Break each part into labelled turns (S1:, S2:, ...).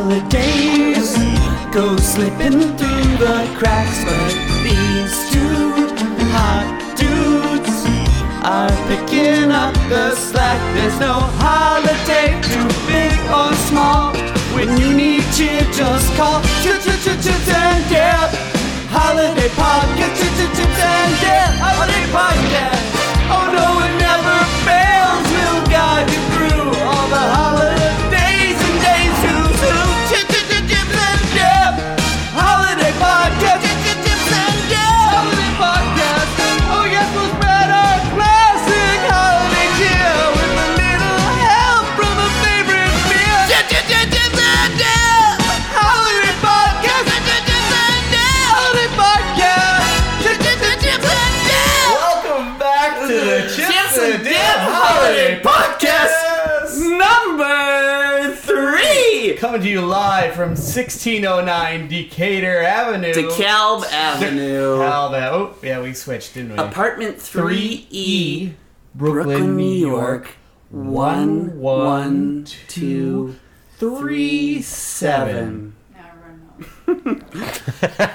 S1: holidays go slipping through the cracks, but these two hot dudes are picking up the slack. There's no holiday too big or small. When you need cheer, just call Ch- Ch- Ch- Chips and Dip. Holiday podcast, Ch- Ch- Chips and Dip. Holiday podcast. Oh no, it never fails. We'll guide you through all the holidays and days too soon. Ch- Ch- Ch- Chips and Dip. Holiday podcast, Ch- Ch- Chips and Dip. Holiday podcast. Oh yes, we'll spread our classic holiday cheer with a little help from a favorite beer. Ch- Ch- Ch- Chips and Dip. Holiday podcast, Ch- Ch- Chips and Dip. Holiday podcast, Ch- Ch- Ch- Chips and Dip. Chips and
S2: Welcome back to the Chips, and Dip
S1: Dip
S2: Holiday
S1: Holiday
S2: Podcast.
S1: Number three,
S2: Coming to you live from 1609 Decatur Avenue.
S1: DeKalb Avenue,
S2: How that? Oh, yeah, we switched, didn't we?
S1: apartment three E,
S2: Brooklyn,
S1: Brooklyn, New York, one one two three
S2: 337.
S1: seven.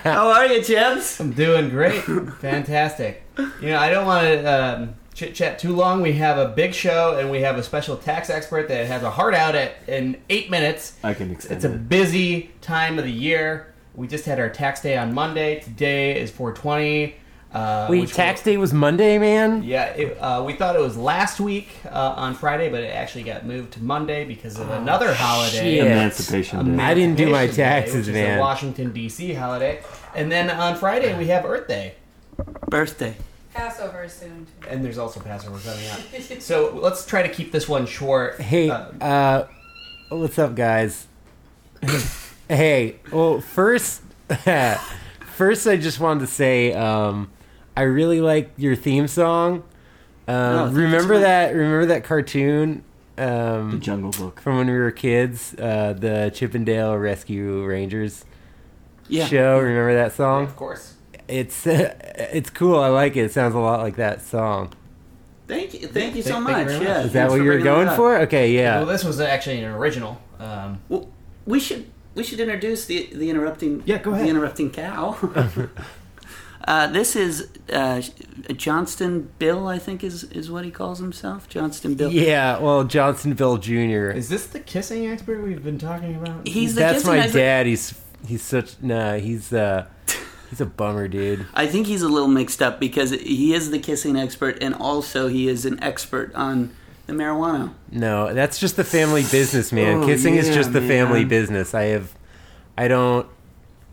S1: How are you, Chips?
S2: I'm doing great. Fantastic. You know, I don't want to um, chit chat too long. We have a big show and we have a special tax expert that has a heart out at in eight minutes.
S3: I can extend
S2: It's a busy time of the year. We just had our tax day on Monday. Today is 420. Uh,
S3: Wait,
S2: which
S3: tax day was Monday, man.
S2: will- yeah, it, uh, we thought it was last week uh, on Friday, but it actually got moved to Monday because
S1: Oh,
S2: of another holiday.
S3: shit.
S2: Emancipation
S3: I didn't do my
S2: Day,
S3: taxes,
S2: which is
S3: man.
S2: a Washington D.C. holiday, and then on Friday we have Earth Day,
S1: Birthday.
S4: Passover is soon. Too.
S2: and there's also Passover coming up. So let's try to keep this one short.
S3: Hey,
S2: Uh,
S3: uh, what's up, guys? hey, well, first, first, I just wanted to say, um, I really like your theme song.
S1: Oh,
S3: Um,
S1: thank you so
S3: remember
S1: much.
S3: that? Remember that cartoon? Um,
S5: The Jungle Book.
S3: from when we were kids, uh, the Chippendale Rescue Rangers
S1: Yeah.
S3: show. Remember that song?
S2: of course.
S3: It's it's cool. I like it. It sounds a lot like that song.
S1: Thank you. Thank you so
S2: Thank- thank you
S1: much.
S2: very much.
S1: yeah.
S3: Is that
S1: thanks
S3: what you were
S1: bringing
S3: going
S1: that up.
S3: for? Okay,
S2: Uh, Well,
S3: yeah.
S2: this was actually an original. Um,
S1: Well, we should we should introduce the the interrupting
S2: Yeah, go
S1: the
S2: ahead.
S1: interrupting cow. uh, this is uh, Johnston Bill, I think is is what he calls himself, Johnston Bill.
S3: Yeah. Well, Johnsonville Jr.
S2: is this the kissing expert we've been talking about?
S1: He's the
S3: That's
S1: kissing
S3: my
S1: expert.
S3: dad. He's he's such nah. He's uh he's a bummer, dude.
S1: I think he's a little mixed up because he is the kissing expert and also he is an expert on the marijuana.
S3: No, that's just the family business, man.
S1: Oh,
S3: Kissing is
S1: yeah,
S3: just the family
S1: man.
S3: business. I have, I don't.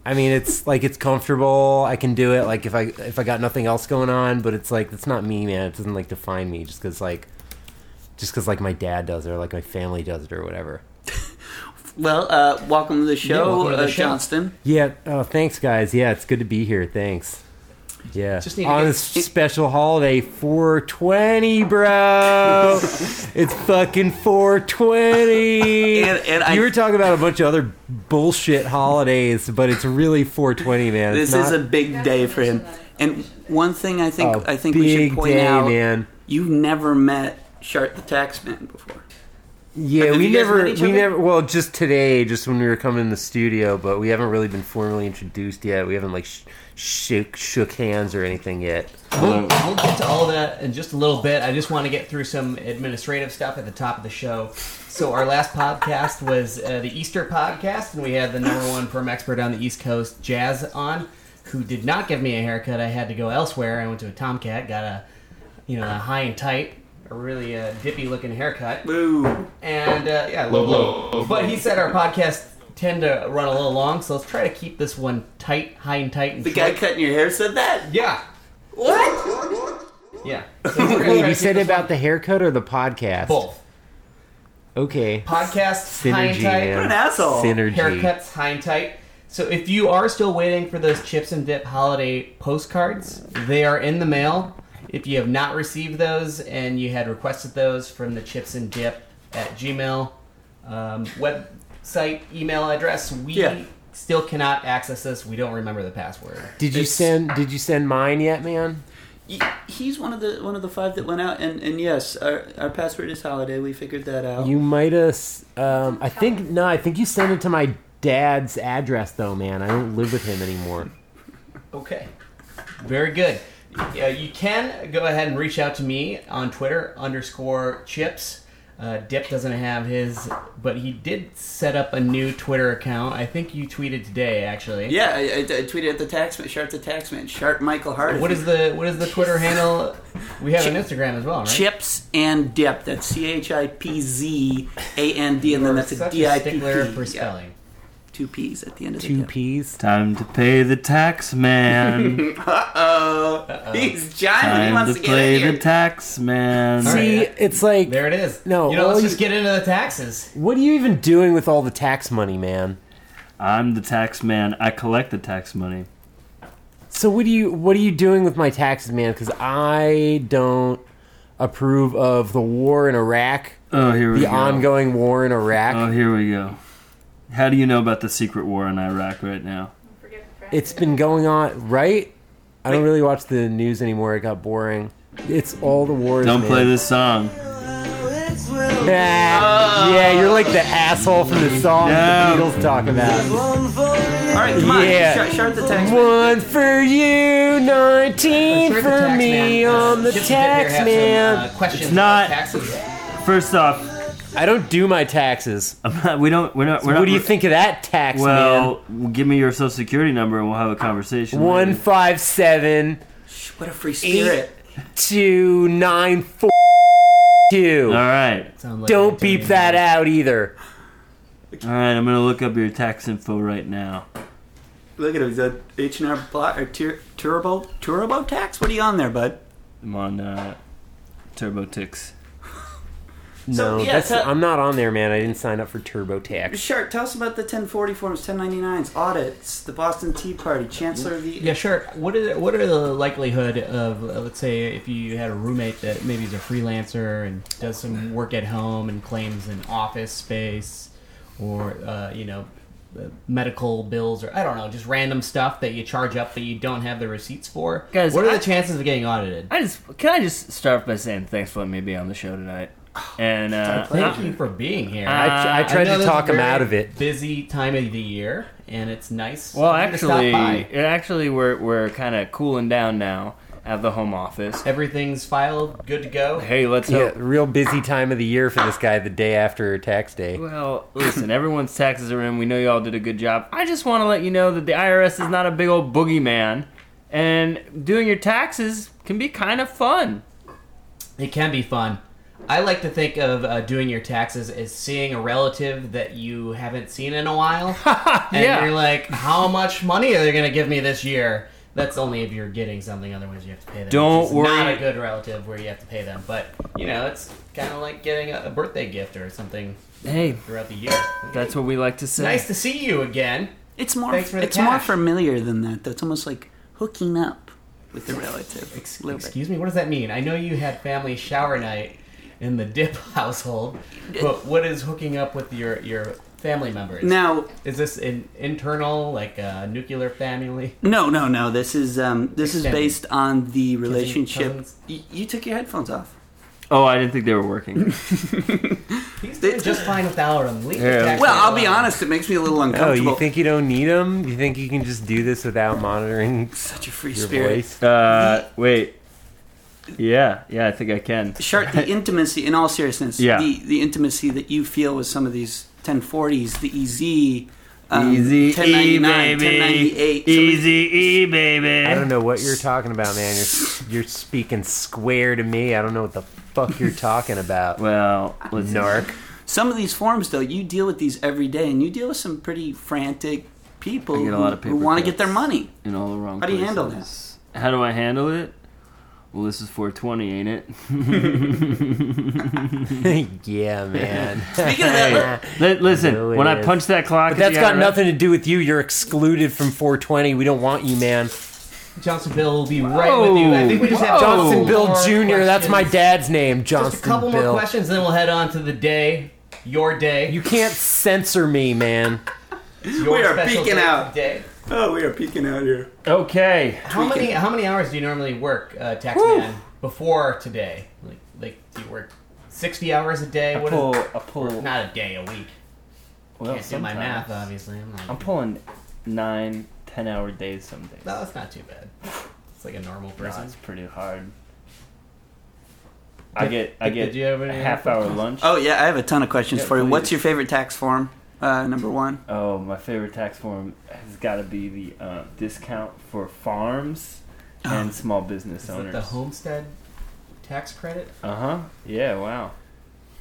S3: I mean, it's like it's comfortable. I can do it. Like if I if I got nothing else going on, but it's like that's not me, man. It doesn't like define me just because like, just because like my dad does it or like my family does it or whatever.
S1: Well, uh, welcome to the show,
S2: welcome to the
S1: uh,
S2: show.
S1: Johnston.
S3: Yeah. Oh, thanks, guys. Yeah, it's good to be here. Thanks. Yeah.
S2: Just need to
S3: On
S2: get-
S3: this special holiday, 420, bro. it's fucking 420.
S1: And- and I-
S3: you were talking about a bunch of other bullshit holidays, but it's really 420, man. It's
S1: This is
S3: not
S1: a big day for him. And one thing I
S2: Oh,
S1: think I think we
S3: big
S1: should point
S3: day,
S1: out,
S3: man.
S1: you've never met Shart the Taxman before.
S3: Yeah,
S1: Have
S3: we
S1: you guys
S3: never,
S1: met each
S3: we
S1: other?
S3: never. Well, just today, just when we were coming in the studio, but we haven't really been formally introduced yet. We haven't like sh- shook shook hands or anything yet.
S5: Hello.
S2: We'll get to all that in just a little bit. I just want to get through some administrative stuff at the top of the show. So our last podcast was uh, the Easter podcast, and we had the number one perm expert on the East Coast, Jazz, on, who did not give me a haircut. I had to go elsewhere. I went to a Tomcat, got a you know a high and tight, a really uh, dippy looking haircut.
S1: Boo.
S2: And uh, yeah, low blow. But he said our podcasts tend to run a little long, so let's try to keep this one tight, high and tight. And
S1: The
S2: short.
S1: guy cutting your hair said that.
S2: yeah,
S1: What?
S2: yeah. So we're gonna
S3: Wait,
S2: try
S3: you
S2: to
S3: said
S2: keep this
S3: about the haircut or the podcast?
S2: both.
S3: Okay.
S2: Podcasts, high and
S3: Synergy, man.
S2: tight,
S1: an asshole.
S3: Synergy.
S2: haircuts, high and tight. So if you are still waiting for those chips and dip holiday postcards, they are in the mail. If you have not received those and you had requested those from the chips and dip at Gmail um, website email address, we
S1: Yeah.
S2: still cannot access this. We don't remember the password.
S3: Did you
S1: It's-
S3: send? Did you send mine yet, man?
S1: Y- He's one of the one of the five that went out, and, and yes, our, our password is holiday. We figured that out.
S3: You might have. Um, I think no. I think you sent it to my dad's address though, man. I don't live with him anymore.
S2: Okay. Very good. Uh, you can go ahead and reach out to me on Twitter underscore chips. Uh, Dip doesn't have his, but he did set up a new Twitter account. I think you tweeted today, actually.
S5: Yeah, I, I, I tweeted at the taxman, Sharp the taxman, Sharp Michael Hart.
S2: What is the what is the Twitter handle? We have an Instagram as well, right?
S5: Chips and Dip. That's C H I P Z A N D, and then that's a
S2: Such
S5: D I P P.
S2: stickler for
S5: Yeah,
S2: spelling.
S5: Two P's at the end of
S3: Two
S5: the P.
S3: peas.
S6: Time to pay the tax man.
S5: Uh oh. He's John. He
S6: Time
S5: wants
S6: to
S5: to get in
S6: play
S5: here.
S6: the tax man.
S2: All
S3: See,
S2: right.
S3: it's like,
S2: There it is.
S3: No,
S2: you know, let's
S3: all
S2: just
S3: you-
S2: get into the taxes.
S3: what are you even doing with all the tax money, man?
S6: I'm the tax man. I collect the tax money.
S3: So what do you what are you doing with my taxes, man? Because I don't approve of the war in Iraq,
S6: Oh, here we
S3: the
S6: go.
S3: ongoing war in Iraq.
S6: Oh, here we go. How do you know about the secret war in Iraq right now?
S4: Forget the fact.
S3: it's been going on, right? I don't really watch the news anymore. It got boring. It's all the wars.
S6: Don't
S3: man.
S6: play this song.
S3: Ah, yeah, you're like the asshole from the song
S6: Yeah.
S3: the Beatles talk about.
S5: All right, come on.
S3: Yeah.
S5: Sharp, Sharp the taxman.
S3: One for you, nineteen
S2: Sure, the
S3: for
S2: tax
S3: me
S2: man. uh,
S3: on the
S2: Chips and Dip here
S3: tax
S2: have some,
S3: man.
S2: uh, questions
S6: It's not-
S2: about taxes.
S6: First off,
S3: I don't do my taxes.
S6: I'm not, we don't. We're not. We're
S3: what
S6: not
S3: do you think of that tax man?
S6: Well, give me your social security number and we'll have a conversation.
S3: One
S6: later.
S3: five seven
S5: What a free spirit.
S3: two nine four two.
S6: All right.
S2: Sound like
S3: Don't
S2: Antonio
S3: beep that out either.
S6: All right. I'm gonna look up your tax info right now.
S5: Look at him. He's a H and R Block or tur- Turbo Turbo Tax. What are you on there, bud?
S6: I'm on uh, TurboTix.
S5: So, yeah,
S3: No, Oh, that's
S5: so-
S3: I'm not on there, man. I didn't sign up for TurboTax.
S5: Sharp, tell us about the 1040 forms, 1099s, audits, the Boston Tea Party, Chancellor of the.
S2: Yeah, sure. What is what are the likelihood of uh, let's say if you had a roommate that maybe is a freelancer and does some work at home and claims an office space or uh, you know uh, medical bills or I don't know just random stuff that you charge up that you don't have the receipts for?
S7: Guys,
S2: what are
S7: I-
S2: the chances of getting audited?
S7: I just can I just start off by saying thanks for letting me be on the show tonight. And uh,
S2: Thank you for being here.
S7: I-
S3: I, I
S7: I
S3: tried
S2: know
S3: to
S2: this
S3: talk
S2: is a
S3: him
S2: very
S3: out of it.
S2: Busy time of the year, and it's nice.
S7: well,
S2: of you to stop
S7: actually,
S2: by.
S7: it actually we're we're kind of cooling down now at the home office.
S2: everything's filed, good to go.
S7: Hey, let's
S3: Yeah,
S7: hope.
S3: real busy time of the year for this guy. The day after tax day.
S7: Well, listen, everyone's taxes are in. We know you all did a good job. I just want to let you know that the IRS is not a big old boogeyman, and doing your taxes can be kind of fun.
S2: It can be fun. I like to think of uh, doing your taxes as seeing a relative that you haven't seen in a while. and
S7: Yeah.
S2: you're like, how much money are they going to give me this year? That's only if you're getting something, otherwise, you have to pay them. which
S7: Don't
S2: is Not
S7: worry.
S2: a good relative where you have to pay them, but you know, it's kind of like getting a, a birthday gift or something
S7: Hey,
S2: throughout the year.
S7: that's what we like to say.
S2: Nice to see you again.
S5: It's more.
S2: Thanks for the
S5: it's more
S2: cash.
S5: familiar than that. though. It's almost like hooking up with the relative. a little bit.
S2: Excuse me, what does that mean? I know you had family shower night in the Dip household, but what is hooking up with your your family members?
S5: Now,
S2: Is this an internal, like uh, nuclear family?
S5: no, no, no. This is um, this is
S2: Extended.
S5: based on the relationship.
S2: cousins.
S5: You, you took your headphones off.
S6: Oh, I didn't think they were working.
S2: He's doing just fine without him. Leave the
S6: Yeah.
S2: tax
S5: Well, I'll
S2: man
S5: be
S2: alone.
S5: honest. It makes me a little
S3: Oh,
S5: uncomfortable.
S3: you think you don't need him? You think you can just do this without monitoring
S5: such a free
S3: your
S5: spirit?
S3: voice?
S6: Uh, wait. Yeah, yeah, I think I can.
S5: Shart, the intimacy, in all seriousness,
S6: Yeah.
S5: the, the intimacy that you feel with some of these 1040s, the EZ, um,
S6: Easy E,
S5: 1099,
S6: baby.
S5: 1098, some of these-
S6: Easy E, baby.
S3: I don't know what you're talking about, man. You're you're speaking square to me. I don't know what the fuck you're talking about.
S6: Well, let's
S3: Narc.
S5: Some of these forms, though, you deal with these every day, and you deal with some pretty frantic people
S6: I get a
S5: who-
S6: lot of
S5: who,
S6: paper
S5: want to
S6: cuts.
S5: get their money.
S6: in all the wrong.
S5: How do you handle
S6: places. How do I handle it? Well, this is 420, ain't it?
S3: yeah, man.
S5: Speaking of that, look,
S6: Li- listen,
S3: No, it
S6: when I
S3: is.
S6: punch that clock,
S3: But that's
S6: at
S3: got
S6: the IRS
S3: nothing to do with you. You're excluded from 420. We don't want you, man.
S2: Johnsonville will be right with you. I think we just
S6: Whoa.
S2: have a couple
S6: Johnson
S3: Johnson Bill Jr.
S2: more
S3: That's my
S2: questions.
S3: dad's name, Johnson
S2: Just a couple
S3: Bill.
S2: more questions, then we'll head on to the day. Your day.
S3: You can't censor me, man.
S2: your
S5: We are
S2: special
S5: peeking
S2: day
S5: out.
S2: Today.
S5: oh, we are peeking out here.
S6: Okay.
S2: How many how many hours do you normally work, uh, tax man, before today? Like like do you work sixty hours a day? What is
S6: Pull, I pull.
S2: not a day, a week.
S7: Well,
S2: Can't do my
S7: Oh, sometimes.
S2: math, obviously. I'm not.
S7: I'm pulling nine, ten hour days some days.
S2: no, it's not too bad. It's like a normal
S7: No,
S2: person.
S7: it's pretty hard. I get I get
S2: Did you have
S7: a
S2: any
S7: half hour lunch.
S5: Oh yeah, I have a ton of questions
S7: Yeah,
S5: for you. What's
S7: please.
S5: your favorite tax form? Uh, number one.
S7: Oh, my favorite tax form has got to be the uh, discount for farms and small business
S2: Oh. Is that
S7: owners.
S2: the homestead tax credit?
S7: uh huh. Yeah. Wow.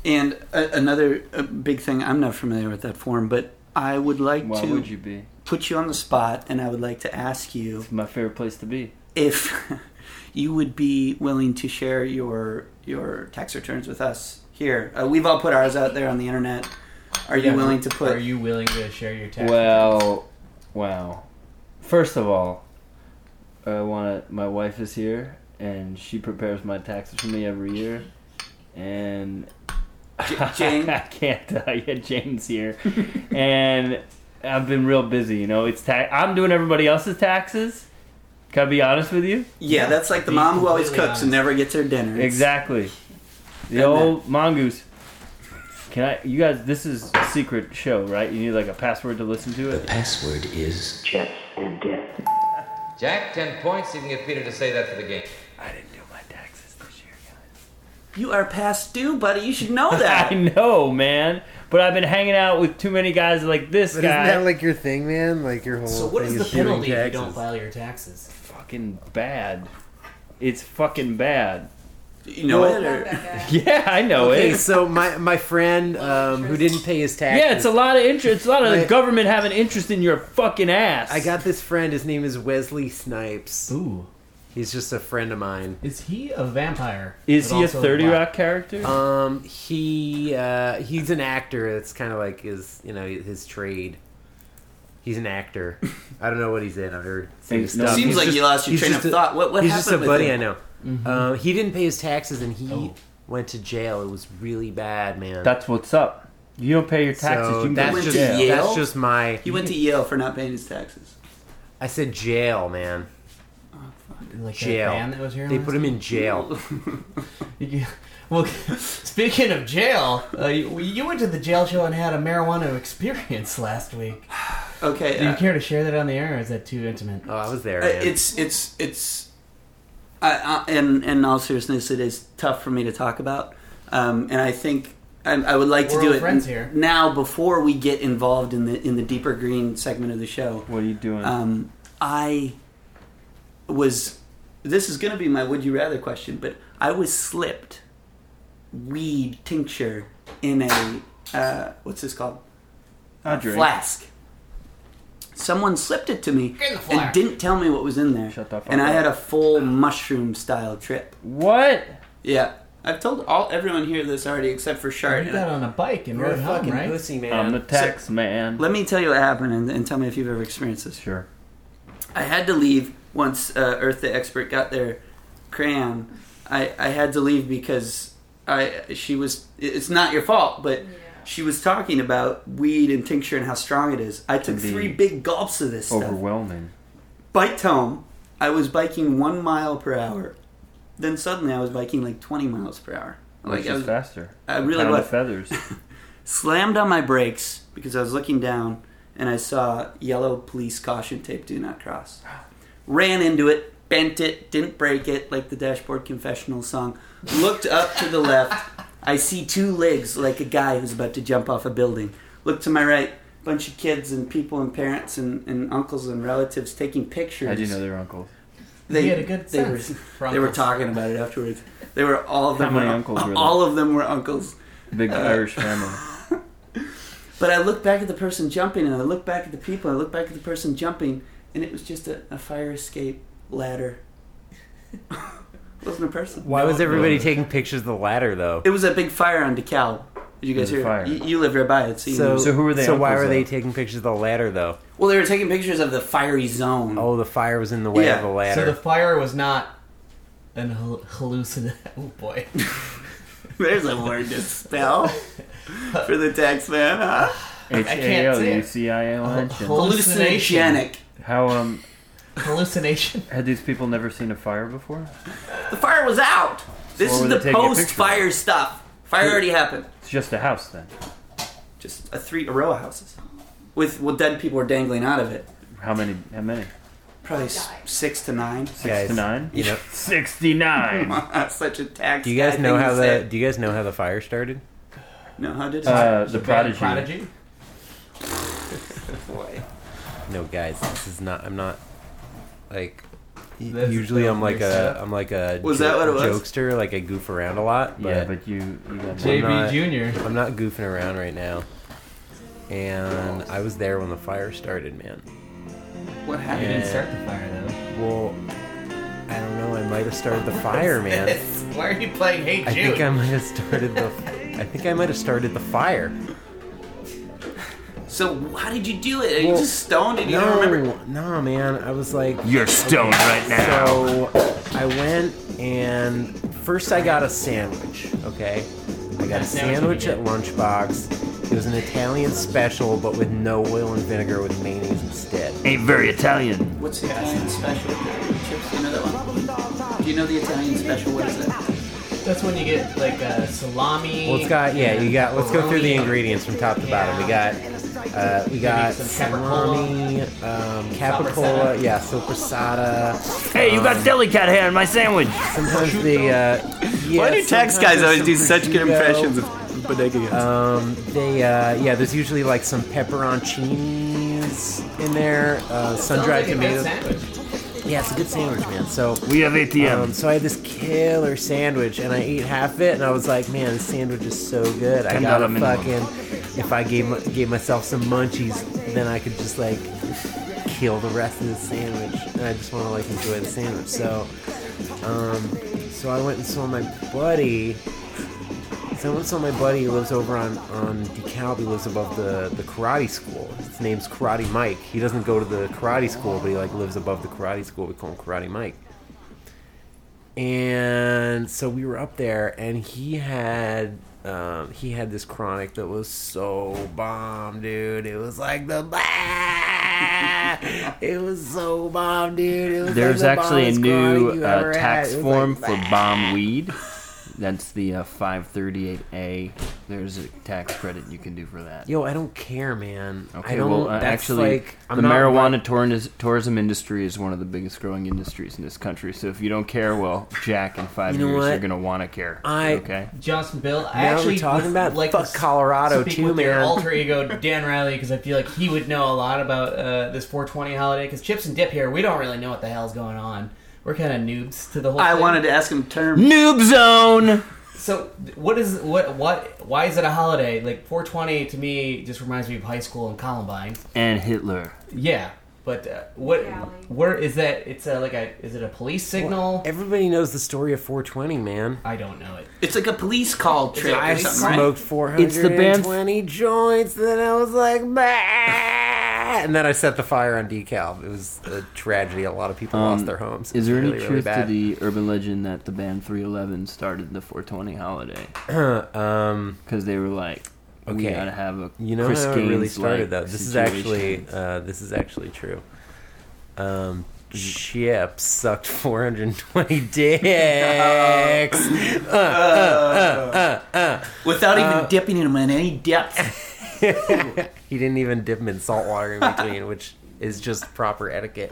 S5: And a, another uh big thing. I'm not familiar with that form, but I would like
S7: Why
S5: to
S7: would you be?
S5: put you on the spot, and I would like to ask you
S7: It's my favorite place to be.
S5: if you would be willing to share your your tax returns with us here. Uh, we've all put ours out there on the internet. Are you
S2: Yeah.
S5: willing to put?
S2: Are you willing to share your tax? returns?
S7: Well, wow. First of all, I want to. My wife is here, and she prepares my taxes for me every year. And
S5: J- Jane?
S7: I can't tell you. Jane's here, and I've been real busy. You know, it's ta- I'm doing everybody else's taxes. Can I be honest with you?
S5: yeah, that's like the
S2: Be
S5: mom who always
S2: completely
S5: cooks and
S2: honest.
S5: never gets her dinner. It's-
S7: Exactly. The
S5: And
S7: old mongoose. Can I? You guys, this is a secret show, right? You need like a password to listen to it.
S8: Password is chess and death.
S9: Jack, 10 points. You can get Peter to say that for the game.
S7: I didn't do my taxes this year, guys.
S5: You are past due, buddy. You should know
S7: I
S5: that.
S7: know, man. But I've been hanging out with too many guys like this
S3: But
S7: guy.
S3: isn't that like your thing, man? Like your whole
S2: so what
S3: thing
S2: is the
S3: doing
S2: penalty if you don't
S3: taxes.
S2: file your taxes?
S7: fucking bad. It's fucking bad.
S5: you know it.
S4: Love
S5: Or,
S4: that guy.
S7: Yeah, I know
S3: Okay,
S7: it.
S3: so my my friend um, who didn't pay his taxes.
S7: Yeah, it's a lot of interest. It's a lot of the
S3: Right.
S7: government having interest in your fucking ass.
S3: I got this friend. His name is Wesley Snipes.
S2: Ooh,
S3: He's just a friend of mine.
S2: is he a vampire?
S7: Is
S2: but
S7: he a
S2: also
S7: Thirty
S2: black?
S7: Rock character?
S3: Um, he uh, he's an actor. It's kind of like his you know his trade. He's an actor. I don't know what he's in. I heard some
S7: Thanks, no.
S3: stuff.
S5: seems
S3: He's
S5: like
S3: just-
S5: you lost your
S3: he's
S5: train of
S3: just a-
S5: thought. What what
S3: he's
S5: happened
S3: just a
S5: with
S3: buddy
S5: him?
S3: I know.
S7: Mm-hmm.
S3: Um, he didn't pay his taxes and he
S2: Oh.
S3: went to jail. It was really bad, man.
S7: That's what's up. You don't pay your taxes.
S3: so
S7: you can
S3: that's
S7: go to
S5: went
S3: just
S7: jail.
S5: Yale?
S3: that's just my.
S5: He went to Yale for not paying his taxes.
S3: I said jail, man.
S2: Like
S3: Jail.
S2: That band that was here
S3: They
S2: last
S3: put him in jail.
S2: You- Well, speaking of jail, uh, you, you went to the jail show and had a marijuana experience last week.
S5: Okay,
S2: Do you
S5: uh,
S2: care to share that on the air, or is that too intimate?
S3: Oh, I was there.
S5: uh,
S3: Man.
S5: it's it's it's. I, I, and in all seriousness, it is tough for me to talk about, um, and I think I, I would like
S2: We're
S5: to do
S2: all
S5: it
S2: friends
S5: n-
S2: here.
S5: now before we get involved in the in the deeper green segment of the show.
S7: What are you doing?
S3: Uh,
S5: Um, I was. This is going to be my would you rather question, but I was slipped weed tincture in a uh, what's this called?
S7: I drink.
S5: flask. Someone slipped it to me
S2: Get in
S5: and
S2: the flask.
S5: didn't tell me what was in there.
S7: Shut the fuck
S5: and I
S7: up.
S5: had a full mushroom style trip.
S7: What?
S5: Yeah. I've told all everyone here this already except for Shard.
S2: You got on a bike and rode home, right?
S3: pussy, man.
S7: I'm the tax man.
S5: Let me tell you what happened and, and tell me if you've ever experienced this.
S7: Sure.
S5: I had to leave once uh, Earth the expert got their crayon. I, I had to leave because I she was it's not your fault, but she was talking about weed and tincture and how strong it is. I took
S7: Can be
S5: three big gulps of this stuff.
S7: Overwhelming.
S5: biked home. I was biking one mile per hour. Then suddenly I was biking like 20 miles per hour.
S7: Which
S5: Like I
S7: is
S5: was
S7: faster.
S5: I
S7: A
S5: really
S7: pound of
S5: was.
S7: feathers.
S5: slammed on my brakes because I was looking down and I saw yellow police caution tape do not cross. Ran into it, bent it, didn't break it like the dashboard confessional song. Looked up to the left. I see two legs like a guy who's about to jump off a building. Look to my right, bunch of kids and people and parents and, and uncles and relatives taking pictures.
S7: I do know they're uncles.
S5: They
S2: had a good
S5: they
S2: sense
S5: Were,
S2: for
S5: they were
S2: uncles.
S5: talking about it afterwards. They were all of them.
S7: many
S5: were,
S7: uncles were there?
S5: All of them were uncles.
S7: Big Irish family.
S5: But I looked back at the person jumping, and I looked back at the people. I looked back at the person jumping, and it was just a, a fire escape ladder. it wasn't a person.
S3: Why was everybody taking pictures of the ladder though?
S5: It was a big fire on DeKalb. Did you guys
S7: It was a
S5: hear?
S7: fire.
S5: You, you live right by it, so, you know.
S7: So who were they
S3: So why
S7: uncles
S3: were they
S7: of?
S3: taking pictures of the ladder though?
S5: Well, they were taking pictures of the fiery zone.
S3: Oh, the fire was in the way
S5: Yeah,
S3: of the
S5: so
S3: ladder.
S2: So the fire was not an hal- hallucin. Oh boy,
S5: There's a word to spell for the tax man. Huh?
S7: H
S2: can't
S7: A L
S2: say it.
S7: U C I L N.
S2: hallucination,
S5: Hallucinogenic.
S7: How um
S2: hallucination.
S7: had these people never seen a fire before?
S5: The fire was out. This
S7: Or were
S5: is
S7: they
S5: the
S7: taking a picture of
S5: post-fire stuff. Fire already happened.
S7: It's just a house then.
S5: Just a three a row of houses, with well dead people are dangling out of it.
S6: How many? How many?
S5: Probably s- six to nine.
S6: Six to nine.
S3: You know,
S7: Sixty-nine.
S5: Such a tax.
S3: do you guys
S5: guy
S3: know
S5: thing
S3: how
S5: to
S3: the
S5: say.
S3: Do you guys know how the fire started?
S5: No, how did it?
S6: Uh, the
S2: Band
S6: prodigy.
S2: Prodigy.
S5: Boy.
S3: No, guys, this is not. I'm not like.
S2: This is
S3: usually, I'm like
S2: your
S3: a
S2: setup?
S3: I'm like a
S5: Was that what it was?
S3: jokester. Like I goof around a lot, but,
S6: Yeah, but you. you got
S2: JB
S6: none.
S3: not-
S2: Junior.
S3: I'm not goofing around right now. And I was there when the fire started, man.
S5: What
S2: You
S5: happened?
S2: didn't start the fire though.
S3: Well, I don't know. I might have started the fire, man.
S2: Why are you playing Hey
S3: I
S2: Jude?
S3: think I might have started the. I think I might have started the fire.
S5: So how did you do it? Are you
S3: Well,
S5: just stoned and you don't remember?
S3: No, no, man. I was like,
S7: You're stoned right now.
S3: So I went and first I got a sandwich, okay? I got a
S2: sandwich
S3: sandwich
S2: did
S3: at Lunchbox. It was an Italian special, but with no oil and vinegar, with mayonnaise instead.
S7: Ain't very Italian.
S5: What's the Italian special? Chips, you know that one? Do you know the Italian special? What is that?
S2: That's when you get like uh, salami.
S3: Well, it's got yeah. You got. Let's go through the ingredients from top to bottom. We got. Uh, we got
S2: some
S3: salami, um, capicola, yeah, sopressata.
S7: Hey, you got deli cat hair in my sandwich.
S3: Sometimes the uh, yeah,
S5: Why do tax
S3: sometimes
S5: guys
S3: there's
S5: always do
S3: some
S5: such good
S3: prosciutto.
S5: impressions of bodega guys?
S3: Um, they, uh, yeah, there's usually like some pepperoncinis in there, uh, sun
S2: Sounds
S3: dried
S2: like a good
S3: tomatoes.
S2: sandwich.
S3: Yeah, it's a good sandwich, man. So,
S7: We have
S3: um,
S7: ATMs.
S3: so I had this killer sandwich and I ate half of it and I was like, man, this sandwich is so good. I
S7: $10
S3: gotta
S7: minimum.
S3: fucking, if I gave, my- gave myself some munchies, then I could just like kill the rest of the sandwich. And I just want to like enjoy the sandwich. So, um, so I went and saw my buddy. So I went and saw my buddy who lives over on, on DeKalb. He lives above the, the karate school. His name's Karate Mike. He doesn't go to the karate school, but he like lives above the karate school. We call him Karate Mike. And so we were up there, and he had um, he had this chronic that was so bomb, dude. It was like the it was so bomb, dude. It was
S7: There's
S3: like the
S7: actually a
S3: bombest chronic
S7: new
S3: you
S7: uh,
S3: ever had.
S7: tax
S3: It was
S7: form
S3: like,
S7: for bomb weed. That's the uh, 538A. There's a tax credit you can do for that.
S3: Yo, I don't care, man.
S7: Okay,
S3: I don't,
S7: well, uh,
S3: that's
S7: actually,
S3: like, I'm
S7: the
S3: not
S7: marijuana tourin- tourism industry is one of the biggest growing industries in this country. So if you don't care, well, Jack, in five
S3: You know
S7: years,
S3: what?
S7: you're going to want to care.
S3: I-
S7: okay.
S2: Johnsonville. I
S3: Now
S2: actually
S3: we're talking
S2: would
S3: about
S2: like
S3: fuck
S2: to s-
S3: Colorado
S2: speak
S3: too,
S2: with your
S3: man.
S2: alter ego Dan Riley because I feel like he would know a lot about uh, this 420 holiday. Because Chips and Dip here, we don't really know what the hell's going on. We're kind of noobs to the whole.
S5: I
S2: thing.
S5: wanted to ask him terms.
S7: Noob zone.
S2: So th- what is what what why is it a holiday? Like 420 to me just reminds me of high school and Columbine.
S7: And Hitler.
S2: Yeah, but uh, what where is that? It's a, like a is it a police signal?
S3: Everybody knows the story of 420, man.
S2: I don't know it.
S5: It's like a police call trick
S3: I
S5: or something, right?
S3: smoked
S7: It's the band-
S3: 420 joints, then I was like, bah! and then I set the fire on decal. It was a tragedy. A lot of people lost
S7: Um,
S3: their homes.
S7: Is
S3: It
S7: there
S3: was
S7: any
S3: really,
S7: truth
S3: really
S7: to the urban legend that the band 311 started the 420 holiday?
S3: bad. um,
S7: Because they were like, we
S3: Okay.
S7: gotta have a
S3: you know
S7: Chris
S3: how it really
S7: Gaines-like
S3: started though. This
S7: situation.
S3: is actually uh, this is actually true. Um,
S7: Mm-hmm.
S3: Chip sucked 420 dicks.
S5: Without even dipping him in any depth.
S3: He didn't even dip them in salt water in between, which is just proper etiquette.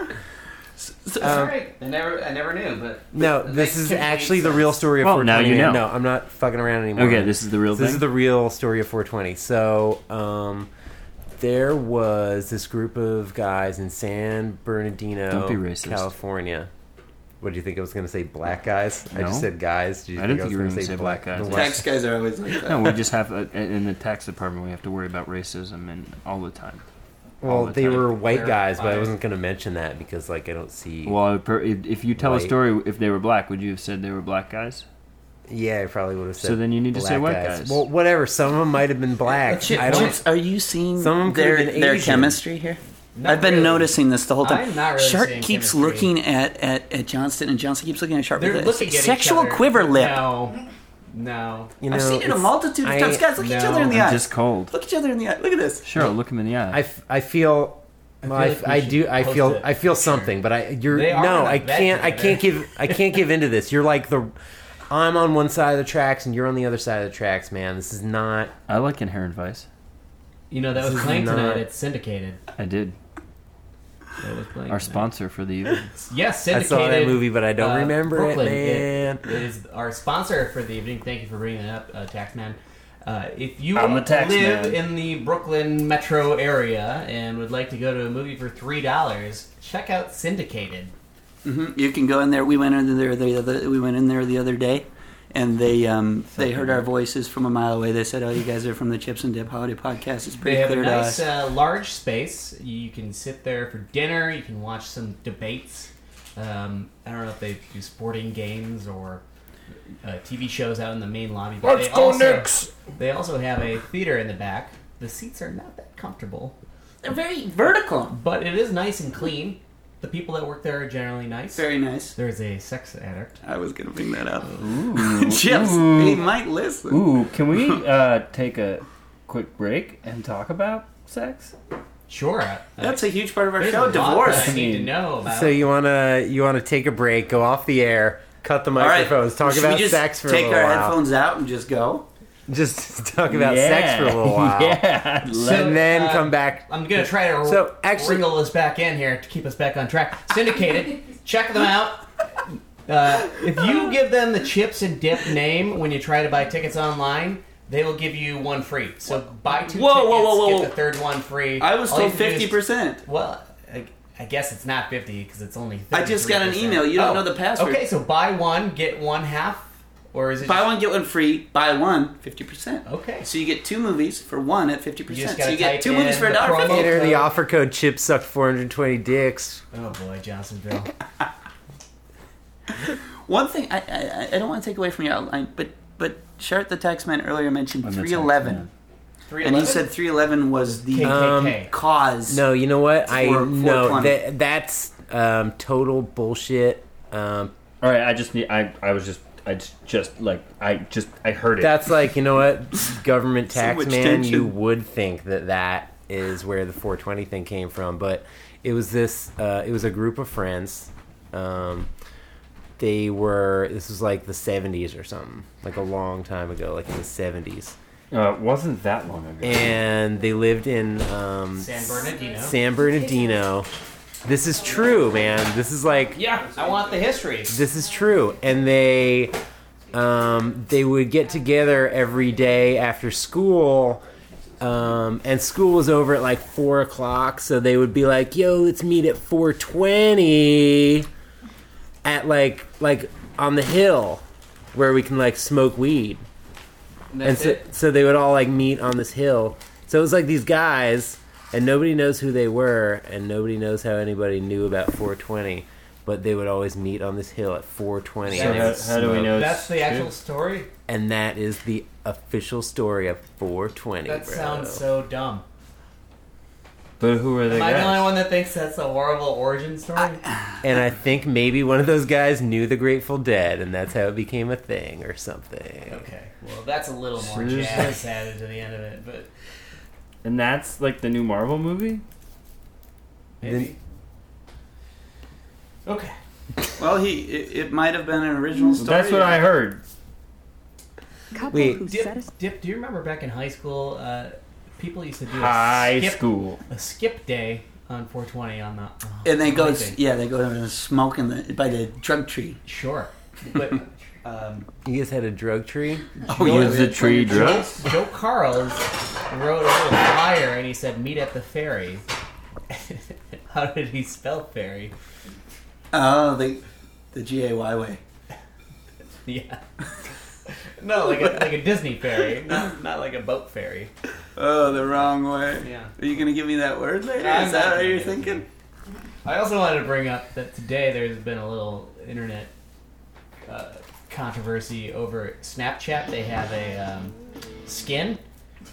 S5: So-
S2: right. I never I never knew, but
S3: No, this
S2: That makes
S3: is
S2: complete
S3: actually the
S2: sense.
S3: real story of
S7: Well, now
S3: 420.
S7: you know.
S3: No, I'm not fucking around anymore.
S7: Okay, this is the real
S3: This
S7: thing?
S3: is the real story of 420. So, um, there was this group of guys in San Bernardino,
S7: Don't be racist.
S3: California. What do you think I was going to say? Black guys? I
S7: No.
S3: just said guys. Did you
S7: I
S3: think
S7: didn't
S3: I was
S7: think you were
S3: going to
S7: gonna
S3: say,
S7: say
S3: black,
S7: black guys.
S3: the
S5: Tax guys are always like that.
S7: No, we just have a, in the tax department. We have to worry about racism and all the time. all
S3: Well,
S7: the
S3: they
S7: time.
S3: were white
S2: They're
S3: guys, but I
S2: white.
S3: wasn't going to mention that because, like, I don't see.
S7: Well, I would per- if, if you tell
S3: White.
S7: a story, if they were black, would you have said they were black guys?
S3: yeah, I probably would have said.
S7: So then you need to say
S3: black
S7: white guys.
S3: Well, whatever. Some of them might have been black.
S5: Chip,
S3: I don't.
S5: Chips, are you seeing
S3: Some of 'em could've
S5: their,
S3: been
S5: their
S3: Asian.
S5: chemistry here?
S2: Not
S5: I've been
S2: really.
S5: noticing this the whole time.
S2: I'm not really
S5: Sharp
S2: seeing
S5: keeps
S2: chemistry.
S5: looking at, at, at Johnston, and Johnston keeps looking at Sharp.
S2: they're
S5: with a
S2: looking at each
S5: sexual
S2: other.
S5: quiver lip.
S2: No, no.
S3: You know,
S5: I've seen it a
S3: it's-
S5: multitude of
S3: I-
S5: times. Guys, look at each
S2: no,
S5: other in the
S7: I'm
S5: eye.
S7: just cold.
S5: Look each other in the eye. Look at this.
S7: Sure, look him in the
S3: I,
S7: eye.
S3: f- I feel. well, I,
S2: feel like we
S3: I
S2: should
S3: do. I
S2: post
S3: feel.
S2: it.
S3: I feel something, but I. You're
S2: They are
S3: no.
S2: in a
S3: I
S2: bed
S3: can't. I can't
S2: together.
S3: give. I can't give into this. You're like the. I'm on one side of the tracks and you're on the other side of the tracks, man. This is not.
S7: I, like Inherent Vice.
S2: You know, that
S3: This
S2: was
S3: is
S2: playing
S3: not-
S2: tonight. It's syndicated.
S6: I did.
S2: That was playing.
S7: Our
S2: tonight.
S7: sponsor for the evening.
S2: Yes,
S3: I
S2: syndicated.
S3: saw that movie, but I don't
S2: uh,
S3: remember
S2: Brooklyn.
S3: it, man.
S2: it is our sponsor for the evening. Thank you for bringing that up, uh, Taxman. Uh, if you
S7: I'm a tax
S2: live
S7: man.
S2: in the Brooklyn metro area and would like to go to a movie for three dollars, check out Syndicated.
S5: hmm You can go in there. We went in there the other. We went in there the other day, and they um, they heard our voices from a mile away. They said, "Oh, you guys are from the Chips and Dip Holiday Podcast." It's
S2: They
S5: pretty
S2: have a
S5: clear to
S2: nice
S5: us.
S2: uh, large space. You can sit there for dinner. You can watch some debates. Um, I don't know if they do sporting games or uh, TV shows out in the main lobby. But they also, They also have a theater in the back. The seats are not that comfortable,
S5: They're very vertical.
S2: but it is nice and clean. The people that work there are generally nice.
S5: Very nice.
S2: There's a sex addict.
S5: I was gonna bring that up. Chips, they might listen.
S6: Ooh, can we uh, take a quick break and talk about sex?
S2: Sure,
S5: That's a huge part of our
S2: there's
S5: show.
S2: a lot that I
S5: Divorce.
S2: need to know about.
S3: So you wanna you wanna take a break, go off the air, cut the microphones, talk
S5: Should we
S3: about
S5: just
S3: sex for a
S5: take
S3: little
S5: our
S3: while.
S5: headphones out and just go.
S3: Just talk about
S7: Yeah.
S3: sex for a little while,
S7: yeah. I love-
S2: So,
S3: and then
S2: uh,
S3: come back.
S2: I'm gonna try to
S3: So, actually-
S2: wriggle this back in here to keep us back on track. Syndicated, check them out. Uh, if you give them the chips and dip name when you try to buy tickets online, they will give you one free. So buy two
S5: Whoa, whoa,
S2: tickets,
S5: whoa, whoa,
S2: get
S5: whoa.
S2: the third one free.
S5: I was
S2: All you
S5: told
S2: have to do is-
S5: fifty percent.
S2: Well, I, I guess it's not fifty because it's only. 33%.
S5: I just got an email. You don't know the password.
S2: Okay, so buy one, get one half, or is it
S5: Buy
S2: just-
S5: one, get one free. Buy one, 50%.
S2: Okay.
S5: So you get two movies for one at 50%.
S2: You just
S5: so
S2: gotta
S5: you get
S2: type
S5: two movies
S2: in
S5: for a
S2: the
S5: dollar.
S2: promo
S5: fifty.
S3: Enter the
S2: uh,
S3: offer code chip sucked 420 dicks.
S2: Oh boy, Johnsonville.
S5: One thing, I, I, I- I don't want to take away from your outline, but, but Shart the Taxman earlier mentioned
S6: I'm the
S5: 311. And he said 311 was the
S3: Um,
S2: KKK.
S5: cause.
S3: No, you know what? I
S5: Four-
S3: no
S5: 420.
S3: that that's um, total bullshit. Um,
S6: All right, I just need. I I was just. I just, just like I just I heard it.
S3: that's like you know what government
S5: So
S3: tax
S5: much
S3: man.
S5: tension.
S3: You would think that that is where the 420 thing came from, but it was this. Uh, it was a group of friends. Um, they were. This was like the 70s or something, like a long time ago, like in the 70s.
S6: uh, it wasn't that long ago.
S3: and they lived in um,
S2: San Bernardino.
S3: San Bernardino. This is true, man. This is like
S2: Yeah, I want the history.
S3: this is true, and they um, they would get together every day after school. Um, and school was over at like four o'clock, so they would be like, "Yo, let's meet at four twenty at like like on the hill where we can like smoke weed." and
S2: That's
S3: so,
S2: it.
S3: so they would all like meet on this hill. So it was like these guys, and nobody knows who they were, and nobody knows how anybody knew about 420. But they would always meet on this hill at 420,
S6: so
S3: and, they would
S6: how, how do we
S3: smoke.
S6: know? it's
S2: That's the actual
S6: true?
S2: story.
S3: and that is the official story of 420.
S2: That
S3: bro.
S2: sounds so dumb.
S6: But who were they?
S2: Am I the only
S6: guys?
S2: one that thinks that's a horrible origin story?
S3: And I think maybe one of those guys knew the Grateful Dead, and that's how it became a thing or something.
S2: okay, well that's a little more
S6: Seriously?
S2: jazz added to the end of it, but
S6: And that's like the new Marvel movie.
S2: maybe. Okay.
S5: Well, he it, it might have been an original story.
S6: That's what I heard.
S10: Couple
S3: Wait.
S10: who
S2: Dip,
S10: satis-
S2: Dip, do you remember back in high school, uh, people used to do a
S6: High
S2: skip,
S6: school.
S2: a skip day on 420 on the. oh,
S5: And they go,
S2: amazing.
S5: yeah, they go and smoke in the, by the drug tree.
S2: Sure, but um,
S3: You guys had a drug tree?
S5: Oh,
S6: Was the tree
S2: Joe,
S6: drugs?
S2: Joe Carls wrote a little flyer and he said, "Meet at the ferry." How did he spell ferry?
S5: Oh, the, the G-A-Y way.
S2: Yeah. No, like a, like a Disney ferry, not not like a boat ferry.
S5: Oh, the wrong way.
S2: Yeah.
S5: Are you going to give me that word later?
S2: I'm
S5: Is
S2: not
S5: that what
S2: gonna
S5: you're
S2: give it to
S5: thinking?
S2: I also wanted to bring up that today there's been a little internet uh, controversy over Snapchat. They have a um, skin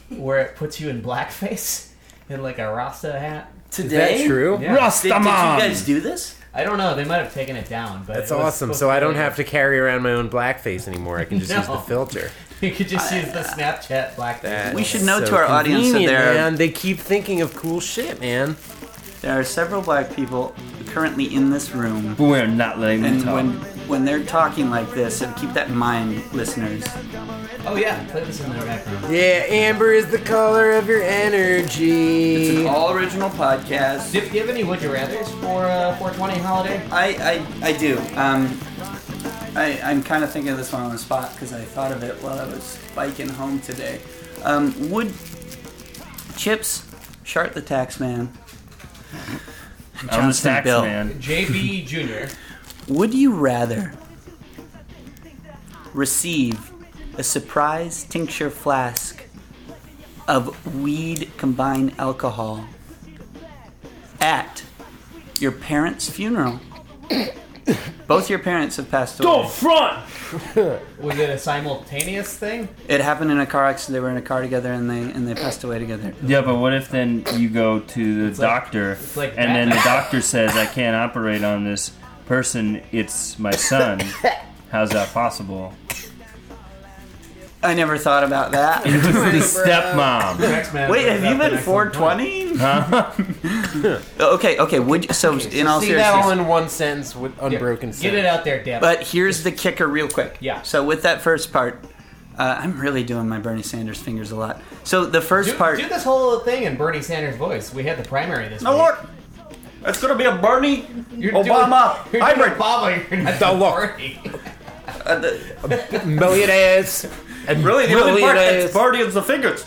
S2: where it puts you in blackface in like a Rasta hat.
S5: Today?
S3: Is that true?
S2: Yeah.
S5: Did, did you guys do this?
S2: I don't know. They might have taken it down, but
S3: That's
S2: it was
S3: awesome.
S2: supposed
S3: So
S2: to
S3: I
S2: be
S3: don't
S2: like-
S3: have to carry around my own blackface anymore. I can just use the
S2: No.
S3: filter.
S2: You could just use the Snapchat black.
S3: That
S5: We
S3: is
S5: should note to our audience that
S3: convenient,
S5: there-
S3: man. they keep thinking of cool shit, man.
S5: There are several black people currently in this room,
S6: But we're not letting them
S5: and
S6: talk.
S5: when when they're talking like this, and keep that in mind, listeners.
S2: Oh yeah, play this in the background.
S3: Yeah, amber is the color of your energy.
S5: It's an all original podcast.
S2: Do you have any would you rather's for uh, 420 holiday?
S5: I I, I do. Um, I I'm kind of thinking of this one on the spot because I thought of it while I was biking home today. Um, would Chips, Shart the Tax Man,
S7: I'm
S5: John
S7: the tax
S5: Bill.
S7: man.
S2: JB Jr.
S5: Would you rather receive a surprise tincture flask of weed combined alcohol at your parents' funeral? Both your parents have passed away.
S7: front.
S2: Was it a simultaneous thing?
S5: It happened in a car accident. They were in a car together and they and they passed away together.
S7: Yeah, but what if then you go to the doctor
S2: like
S7: and then the
S2: that.
S7: doctor says, I can't operate on this person, it's my son. How's that possible?
S5: I never thought about that.
S7: It was the stepmom.
S5: Wait, have you been 420? okay, okay. Would you, so in all
S3: See
S5: seriousness,
S3: that all in one sentence with unbroken sentence.
S2: Get it out there, Deb.
S5: But here's the kicker, real quick.
S2: Yeah.
S5: So with that first part, uh, I'm really doing my Bernie Sanders fingers a lot. So the first
S2: do,
S5: part.
S2: do this whole thing in Bernie Sanders' voice. We had the primary this week.
S5: it's gonna be a Bernie
S2: You're
S5: Obama
S2: Doing, you're doing
S5: hybrid.
S2: Obama. You're not
S3: The look.
S2: Bernie.
S5: Uh, the-
S3: Millionaires. And
S5: really, the only part that's
S3: millionaires.
S5: Bernie is the fingers.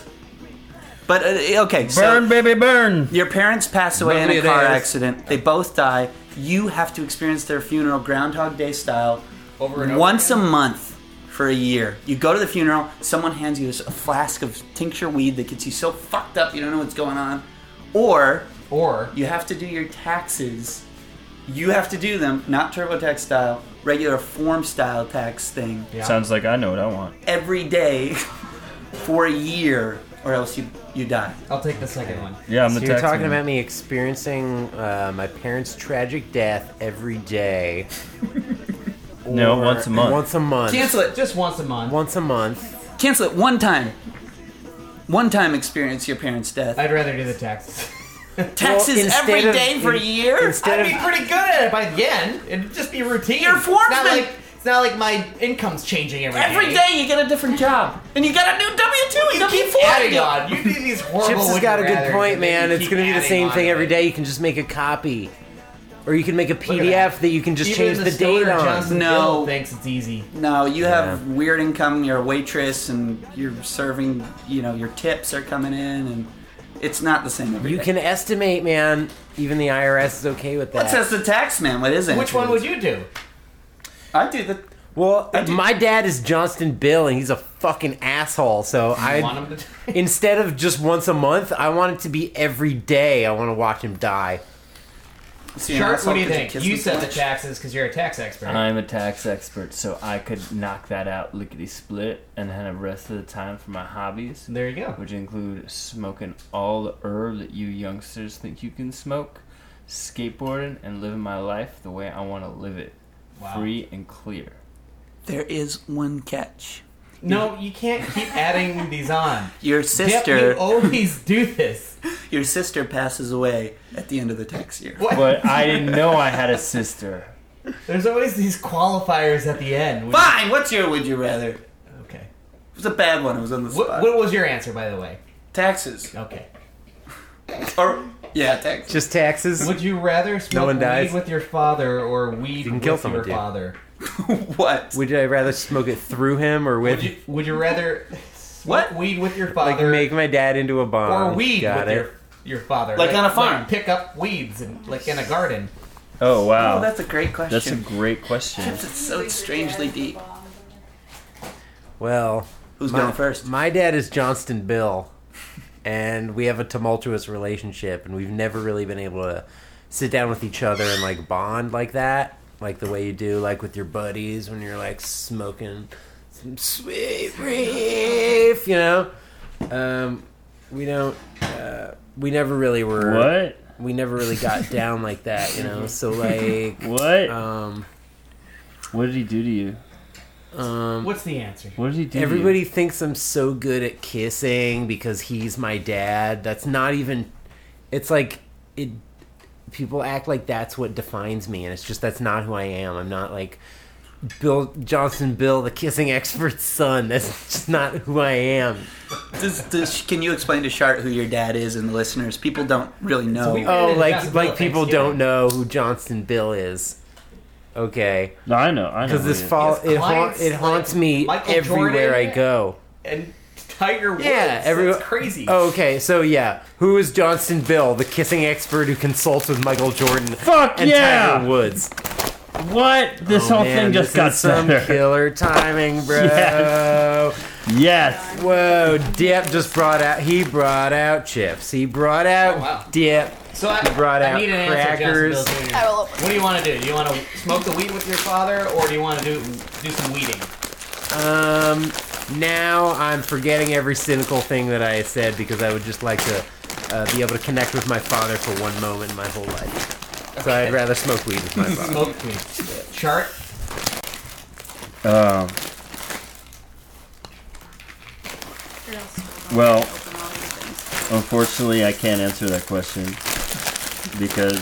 S5: But uh, okay, so
S7: Burn, baby, burn.
S5: your parents pass away in a
S3: Bernie
S5: car
S3: it is.
S5: accident. They both die. You have to experience their funeral Groundhog Day style.
S2: Over and over
S5: once
S2: again.
S5: a month for a year. You go to the funeral, someone hands you a flask of tincture weed that gets you so fucked up you don't know what's going on. Or
S2: Or
S5: you have to do your taxes. You have to do them, not TurboTax style, regular form style tax thing
S2: yeah.
S7: Sounds like I know what I want.
S5: every day for a year, or else you you die.
S2: I'll take the second one.
S7: Yeah, I'm the
S3: So you're
S7: tax
S3: talking
S7: man.
S3: about me experiencing uh, my parents' tragic death every day.
S7: No,
S3: Or-
S7: once a month.
S3: Once a month.
S5: Cancel it.
S2: Just once a month.
S3: Once a
S2: Oh,
S3: month.
S5: Cancel it one time. One time experience your parents' death.
S2: I'd rather do the taxes.
S3: Well,
S5: Taxes
S3: instead
S5: every day
S3: of-
S5: for a
S3: in-
S5: year.
S3: Instead
S2: I'd be
S3: of
S2: pretty good at it by the end. It'd just be routine.
S5: You're a
S2: it's not
S5: foreman.
S2: like it's not like my income's changing every
S5: Every day you get a different job, and you got a new W two.
S2: You
S5: You
S2: keep
S5: keep
S2: adding on. You do these horrible.
S3: Chips has
S2: would
S3: got a
S2: you
S3: good
S2: rathers,
S3: point,
S2: and then
S3: man.
S2: you
S3: It's
S2: keep
S3: going to be the
S2: adding
S3: same
S2: on
S3: thing
S2: to
S3: every
S2: it.
S3: day. You can just make a copy, or you can make a
S2: at
S3: PDF that.
S2: that.
S3: you can just
S2: Even
S3: change the,
S2: stoner
S3: date on.
S2: Johnson
S5: No.
S2: Gill thinks it's easy.
S5: No, you have weird income. You're a waitress, and you're serving. You know, your tips are coming in, and it's not the same. Every
S3: You
S5: day.
S3: can estimate, man. Even the IRS is okay with that.
S5: What says the tax man? What is it?
S2: Which one would you do?
S5: I do the.
S3: well,
S5: I do-
S3: my dad is Johnston Bill, and he's a fucking asshole. So
S2: I
S3: I
S2: want him to.
S3: instead of just once a month, I want it to be every day. I want to watch him die.
S5: See, an
S2: Shark,
S5: asshole
S2: what do you
S5: because
S2: think?
S5: kissed
S2: You
S5: me
S2: said the
S5: twice.
S2: taxes because you're a tax expert.
S7: Uh,
S6: I'm a tax expert, so I could knock that out lickety split and have the rest of the time for my hobbies,
S2: there you go.
S6: which include smoking all the herb that you youngsters think you can smoke, skateboarding, and living my life the way I want to live it.
S2: Wow.
S6: Free and clear.
S5: There is one catch.
S2: No, you can't keep adding these on.
S5: Your
S2: Yep,
S5: sister,
S2: you always do this.
S5: your sister passes away at the end of the tax year.
S2: What?
S6: But I didn't know I had a sister.
S2: There's always these qualifiers at the end. which-
S5: Fine. What's your would you rather? It
S2: Okay.
S5: was a bad one. It was on the
S2: What,
S5: spot.
S2: what was your answer, by the way?
S5: Taxes.
S2: Okay.
S5: Or yeah, taxes.
S3: Just taxes.
S2: Would you rather smoke
S3: one
S2: weed
S3: dies.
S2: with your father or weed
S3: can
S2: with
S3: kill
S2: your
S3: someone, dude.
S2: father?
S5: what?
S3: Would I rather smoke it through him or with?
S2: Would you, would you rather smoke
S5: What?
S2: weed with your
S3: like
S2: father
S3: make my dad into a bomb?
S2: or weed
S3: Got
S2: with
S3: it.
S2: your your father?
S5: Like on a farm.
S2: like pick up weeds and like in a garden.
S7: Oh,
S5: Oh,
S7: wow.
S5: that's a great question.
S7: That's a great question.
S5: It's so strangely deep.
S3: Well,
S5: Who's
S3: my,
S5: going first?
S3: My dad is Johnston Bill, and we have a tumultuous relationship, and we've never really been able to sit down with each other and like bond like that, like the way you do, like with your buddies when you're like smoking some sweet reef, you know. Um, we don't. Uh, we never really were.
S7: What?
S3: We never really got down like that, you know. So like,
S7: What?
S3: um,
S7: what did he do to you?
S3: um,
S2: What's the answer?
S7: What did he do
S3: Everybody thinks I'm so good at kissing because he's my dad. That's not even. It's like it. People act like that's what defines me, and it's just that's not who I am. I'm not like Bill Johnson Bill, the kissing expert's son. That's just not who I am.
S5: Does, does, can you explain to Shart who your dad is and the listeners? People don't really know.
S3: oh, like like people don't know who Johnston Bill is. Okay.
S7: No, I know. I know.
S3: Because this fall,
S2: His
S3: it, haunt,
S2: clients
S3: it haunts
S2: like
S3: me
S2: Michael
S3: everywhere
S2: Jordan.
S3: I go.
S2: And Tiger Woods.
S3: Yeah, everyone. Oh,
S2: That's crazy.
S3: Okay, so yeah, who is Johnston Bill, the kissing expert who consults with Michael Jordan?
S7: Fuck
S3: and
S7: yeah!
S3: Tiger Woods.
S7: What? This
S3: Oh,
S7: whole
S3: man,
S7: thing just
S3: this
S7: got
S3: is some
S7: better.
S3: killer timing, bro.
S7: Yes. Yes.
S3: Whoa, Dip just brought out. He brought out chips. He brought out
S2: Oh, wow.
S3: Dip.
S2: So I,
S3: he brought
S2: I
S3: out
S2: need an
S3: crackers.
S2: answer, Johnson Bill Jr. What do you want to do? Do you want to smoke the weed with your father, or do you want to do do some weeding?
S3: Um, now I'm forgetting every cynical thing that I said because I would just like to uh, be able to connect with my father for one moment in my whole life. So I'd rather smoke weed with my father.
S2: Smoke weed. Chart.
S7: Um,
S6: Well, unfortunately, I can't answer that question because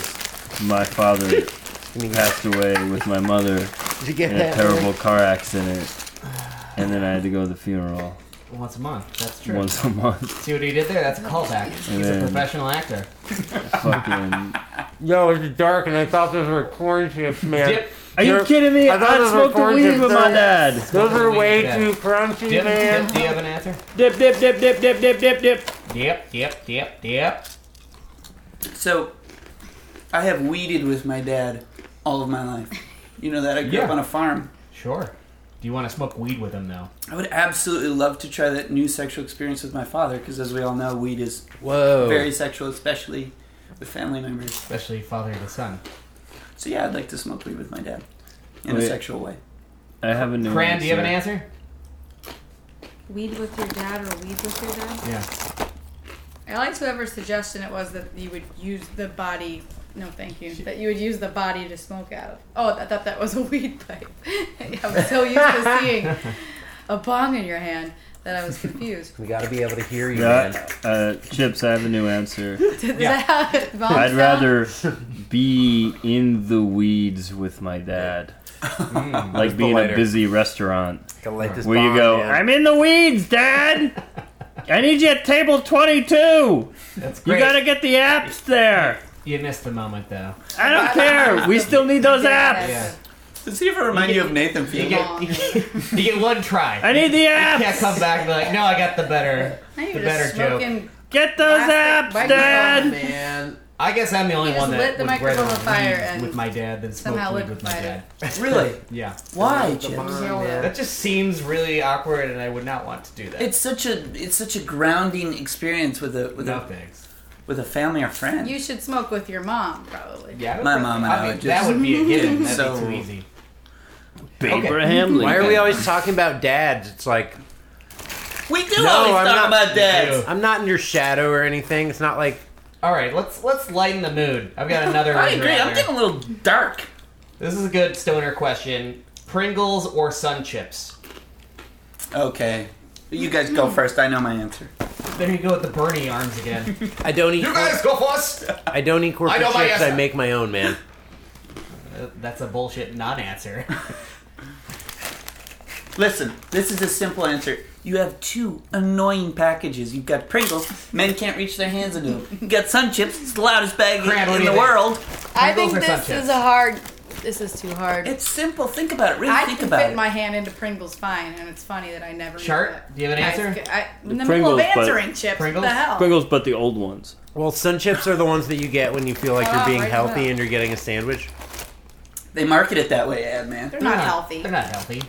S6: my father passed away with my mother
S3: Did you get
S6: in a
S3: that,
S6: terrible
S3: Eric?
S6: car accident, and then I had to go to the funeral
S2: Once a month. That's true.
S6: once a month.
S2: See what he did there? That's a callback.
S6: And
S2: He's a
S6: then-
S2: professional actor.
S6: Fucking
S3: Yo, it's dark, and I thought those were corn chips, man.
S2: Dip.
S7: are you kidding me? I,
S3: thought those were
S7: smoked the
S3: corn
S7: weed
S3: chips.
S7: with my
S3: They're-
S7: dad.
S3: Those are way
S2: Yeah.
S3: too crunchy,
S2: Dip,
S3: man.
S2: dip, do you have an answer?
S7: Dip, dip, dip, dip, dip, dip, dip, dip.
S2: Dip, dip, dip, dip.
S5: So, I have weeded with my dad all of my life. You know that I grew up
S2: Yeah.
S5: on a farm.
S2: Sure. Do you want to smoke weed with him, though?
S5: I would absolutely love to try that new sexual experience with my father because, as we all know, weed is
S3: Whoa.
S5: very sexual, especially with family members.
S2: Especially father to son.
S5: So yeah, I'd like to smoke weed with my dad in a
S6: Wait.
S5: sexual way.
S6: I have a new
S2: Fran, do you have an answer?
S10: Weed with your dad or weed with your dad?
S2: Yeah.
S4: I liked whoever's suggestion it was that you would use the body. No, thank you. That you would use the body to smoke out of. Oh, I thought that was a weed pipe. I'm so used to seeing a bong in your hand that I was confused.
S3: We gotta be able to hear you,
S6: Yeah,
S3: man.
S6: uh, Chips, I have a new answer.
S4: Is
S2: Yeah.
S4: that how it bongs
S6: I'd
S4: out?
S6: rather be in the weeds with my dad.
S3: Hmm.
S6: like be in a
S3: Later.
S6: busy restaurant
S3: Gotta light this
S6: where you
S3: bomb,
S6: go,
S3: man.
S7: I'm in the weeds, Dad. I need you at table 22.
S2: That's
S7: You
S2: great.
S7: gotta get the apps there.
S2: You missed the moment, though.
S7: I don't care. We still need those apps.
S2: Yeah.
S5: Does he ever remind you, of Nathan
S2: You
S5: Fielder?
S2: get, you get one try.
S7: I need the
S2: can't
S7: apps.
S2: come back and be like, no, I got the better.
S4: Now you're
S2: the
S4: just
S2: better joke.
S4: smoking.
S7: Get those apps,
S4: Plastic microphone.
S7: Dad.
S3: man.
S2: I guess I'm the only
S4: You just
S2: one that
S4: lit the
S2: would
S4: microphone
S2: rather
S4: on fire
S2: weed
S4: and
S2: with my dad than smoke
S4: somehow
S2: weed
S4: lit
S2: with
S4: the
S2: my
S4: fire.
S2: dad.
S5: Really?
S2: Yeah.
S5: Why,
S3: The
S5: Chips?
S3: bomb,
S4: Yeah.
S3: man.
S2: That just seems really awkward, and I would not want to do that.
S5: It's such a it's such a grounding experience with a with
S2: no
S5: a
S2: thanks.
S5: with a family or friend.
S4: You should smoke with your mom, probably.
S2: Yeah,
S5: My mom and I would
S2: that
S5: just-
S2: would be a given. That'd
S5: So-
S2: be too easy.
S7: Abraham Lincoln.
S3: Why are we always talking about dads? It's like
S5: we do
S3: No,
S5: always
S3: I'm
S5: talk
S3: not-
S5: about dads.
S3: I'm not in your shadow or anything. It's not like
S2: All right, let's let's lighten the mood. I've got another. uh,
S5: I
S2: one
S5: agree.
S2: out
S5: I'm
S2: there.
S5: getting a little dark.
S2: This is a good stoner question. Pringles or Sun Chips?
S5: Okay, you guys
S4: Mm.
S5: go first. I know my answer.
S2: There you go with the Bernie arms again.
S3: I don't eat.
S2: go first.
S3: I don't eat corporate
S2: I know my
S3: chips. I
S2: answer.
S3: make my own, man.
S2: Uh, That's a bullshit non-answer.
S5: Listen, this is a simple answer. You have two annoying packages. You've got Pringles, men can't reach their hands into them. You got Sun Chips, it's the loudest bag
S2: Grant, what
S5: in
S2: do
S5: the
S2: you think?
S5: world.
S4: I think
S2: Pringles or
S4: this
S2: Sun
S4: is
S2: Chips?
S4: a hard. This is too hard.
S5: It's simple. Think about it. Really
S4: I
S5: think
S4: can
S5: about
S4: fit
S5: it.
S4: my hand into Pringles fine, and it's funny that I never.
S2: Chart,
S4: Use it.
S2: do you have an
S4: I-
S2: answer?
S4: I, in the
S7: Pringles,
S4: middle of
S7: but-
S4: answering chips,
S2: Pringles?
S4: what the hell?
S7: Pringles, but the old ones.
S3: Well, sun chips are the ones that you get when you feel like you're
S4: Oh,
S3: being
S4: right
S3: healthy
S4: now.
S3: and you're getting a sandwich.
S5: They market it that way, ad man.
S4: They're not healthy.
S2: They're not healthy.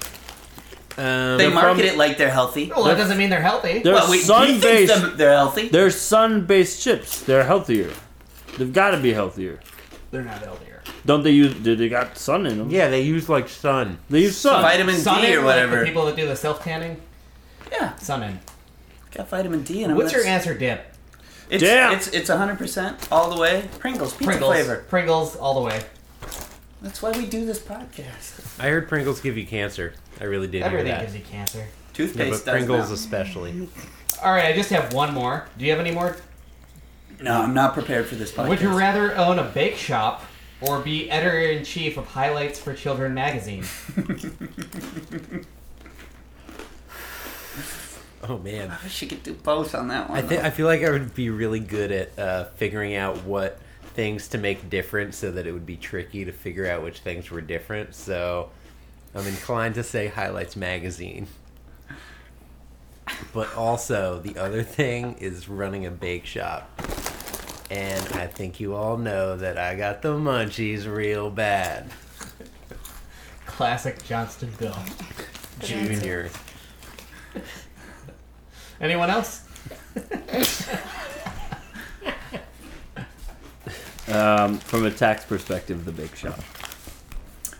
S3: Um,
S5: They market
S7: from-
S5: it like they're healthy.
S2: Well, that doesn't mean they're healthy.
S7: They're
S5: Well, wait, do you think
S7: sun-based.
S5: some- they're healthy?
S7: They're sun-based chips. They're healthier. They've got to be healthier.
S2: They're not healthier.
S7: Don't they use? Do they got sun in them?
S3: yeah, they use like sun.
S7: They use sun.
S5: vitamin D
S2: Sunnin,
S5: or whatever.
S2: Like the people that do the self tanning.
S5: yeah,
S2: Sunnin.
S5: got vitamin D in them.
S2: What's your
S5: That's-
S2: answer, Dip?
S5: It's,
S7: Damn.
S5: It's, it's 100% all the way. Pringles, pizza
S2: Pringles.
S5: flavor.
S2: Pringles all the way.
S5: That's why we do this podcast.
S3: I heard Pringles give you cancer. I really did hear
S2: Everything
S3: that.
S2: gives you cancer.
S5: Toothpaste
S3: Yeah,
S5: does
S3: but Pringles
S5: now.
S3: especially.
S2: All right, I just have one more. Do you have any more?
S5: No, I'm not prepared for this podcast.
S2: Would you rather own a bake shop Or be editor in chief of Highlights for Children magazine.
S3: Oh man.
S5: I wish you could do both on that one.
S3: I think
S5: though.
S3: I feel like I would be really good at uh, figuring out what things to make different, so that it would be tricky to figure out which things were different. So I'm inclined to say highlights magazine. But also the other thing is running a bake shop. And I think you all know that I got the munchies real bad.
S2: Classic Johnstonville.
S3: Junior.
S2: Anyone else?
S7: Um, from a tax perspective, the big shop.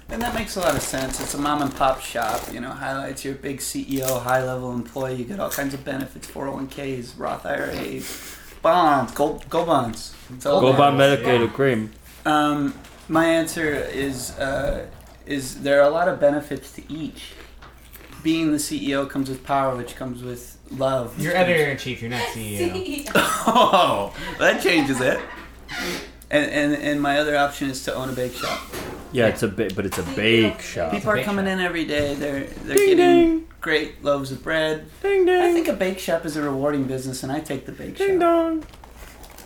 S5: And that makes a lot of sense. It's a mom and pop shop, you know, highlights your big CEO, high level employee, you get all kinds of benefits, 401ks, Roth IRAs, bonds, gold, gold bonds. It's all
S7: Go
S5: there.
S7: buy medicated cream.
S5: Um, my answer is uh, is there are a lot of benefits to each. Being the CEO comes with power, which comes with love. which
S2: You're
S5: comes-
S2: editor in chief, you're not E CEO.
S5: Oh, that changes it. And, and and my other option is to own a bake shop.
S7: Yeah, it's a ba- but it's a bake shop.
S5: People are
S2: bake
S5: coming
S2: shop.
S5: in every day. They're they're getting
S7: Ding, ding.
S5: great loaves of bread.
S7: Ding
S5: I
S7: ding,
S5: think a bake shop is a rewarding business, and I take the bake shop.
S7: ding dong,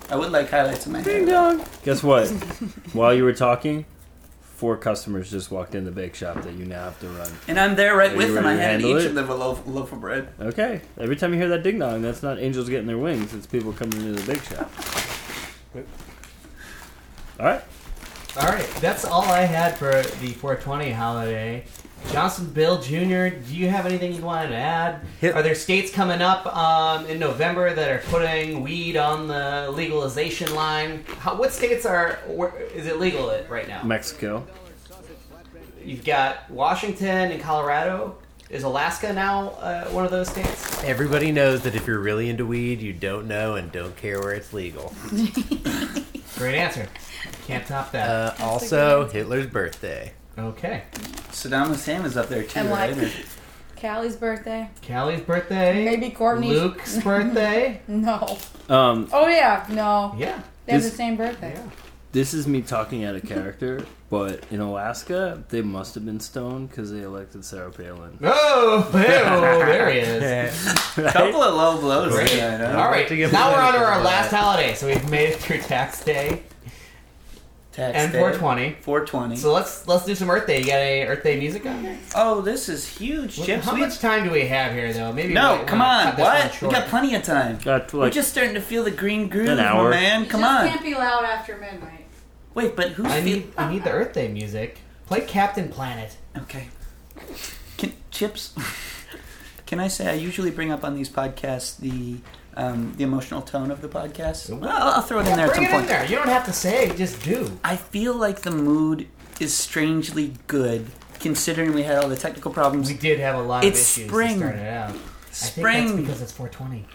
S5: I would like highlights in my
S7: ding
S5: hair.
S7: dong. Guess what? While you were talking, four customers just walked in the bake shop that you now have to run.
S5: And I'm there right
S7: Are
S5: with
S7: you
S5: them. I
S7: ready to
S5: handed
S7: handle
S5: each
S7: it?
S5: of them a loaf, loaf of bread.
S7: Okay. Every time you hear that ding dong, that's not angels getting their wings. It's people coming into the bake shop. All right.
S2: All right, that's all I had for the 420 holiday. Johnson Bill Jr., do you have anything you wanted to add?
S3: Hit-
S2: Are there states coming up um, in November that are putting weed on the legalization line? How, what states are where, is it legal it right now?
S7: Mexico.
S2: You've got Washington and Colorado. Is Alaska now uh, one of those states?
S3: Everybody knows that if you're really into weed, you don't know and don't care where it's legal.
S2: Great answer. Can't top that.
S3: Uh, also, Hitler's birthday.
S2: okay.
S5: Saddam Hussein was up there too,
S4: And
S5: right?
S4: like- Callie's birthday.
S2: Callie's birthday.
S4: Maybe Courtney's.
S2: Luke's birthday.
S4: No.
S7: Um,
S4: Oh yeah. No.
S2: yeah.
S4: They have the
S7: This-
S4: same birthday.
S2: Yeah.
S7: This is me talking out of character, but in Alaska, they must have been stoned because they elected Sarah Palin.
S2: Oh, hey, there he is.
S5: A couple of low blows.
S2: Great.
S5: there, I know.
S2: All right,
S3: to give
S2: now
S3: them
S2: we're on to
S3: credit
S2: our
S3: for
S2: last
S3: that.
S2: holiday. So we've made it through tax day
S5: Tax
S2: and
S5: day.
S2: 420.
S5: 420.
S2: So let's let's do some Earth Day. You got any Earth Day music on there?
S5: oh, this is huge,
S2: What-
S5: Chips.
S2: How
S5: We-
S2: much time do we have here, though? Maybe we
S5: no,
S2: might
S5: come
S2: wanna
S5: on.
S2: cut this one
S5: What? We
S2: short.
S5: got plenty of time.
S7: Got
S5: We're
S7: like
S5: just starting to feel the green groove,
S7: An
S5: my
S7: hour.
S5: man.
S4: You
S5: Come
S4: just
S5: on.
S4: can't be loud after midnight.
S5: Wait, but who's
S2: I
S5: the-
S2: need I need the Earth Day music. Play Captain Planet.
S5: Okay. Can, chips. Can I say I usually bring up on these podcasts the um, the emotional tone of the podcast? Well, I'll, I'll throw it in there at some
S2: Bring it in
S5: point.
S2: there. You don't have to say. Just do.
S5: I feel like the mood is strangely good, considering we had all the technical problems.
S2: We did have a lot
S5: It's
S2: of issues
S5: spring.
S2: to start it out. I think
S5: Spring.
S2: that's because it's 420.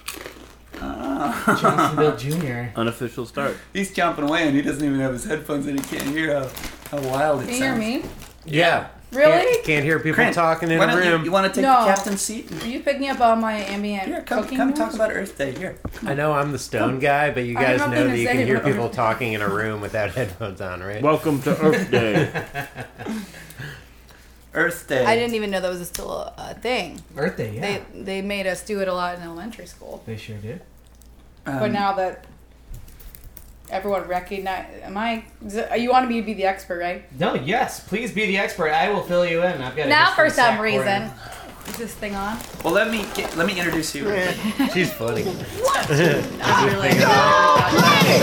S2: Johnsonville Jr.
S7: unofficial start.
S5: He's chomping away, and he doesn't even have his headphones, and he can't hear how, how wild it
S4: Can you hear
S5: sounds.
S4: me?
S3: Yeah.
S4: Really?
S3: Can't, can't hear people
S5: Grant,
S3: talking in
S5: why
S3: a
S5: don't you-
S3: room.
S5: You, want to take
S4: No.
S5: the captain's seat?
S4: Are you picking up on my ambient
S5: Here, come,
S4: cooking
S5: come
S4: noise?
S5: talk about Earth Day. Here.
S3: I know I'm the stone guy, but you
S4: I
S3: guys
S4: have
S3: know
S4: nothing
S3: that
S4: to
S3: you can
S4: say
S3: hear
S4: about it.
S3: people talking in a room without headphones on, right?
S7: Welcome to Earth Day.
S5: Earth Day.
S4: I didn't even know that was still a, a thing.
S2: Earth Day, yeah. They,
S4: They they made us do it a lot in elementary school,
S2: sure did.
S5: Um,
S4: but now that everyone recognize, am I? is it- You wanted me to be the expert, right?
S2: No, yes. Please be the expert. I will fill you in. I've got a
S4: Now,
S2: history
S4: for some
S2: sack
S4: reason, is this thing on?
S5: Well, let me get, let me introduce you.
S3: She's funny.
S4: Not really.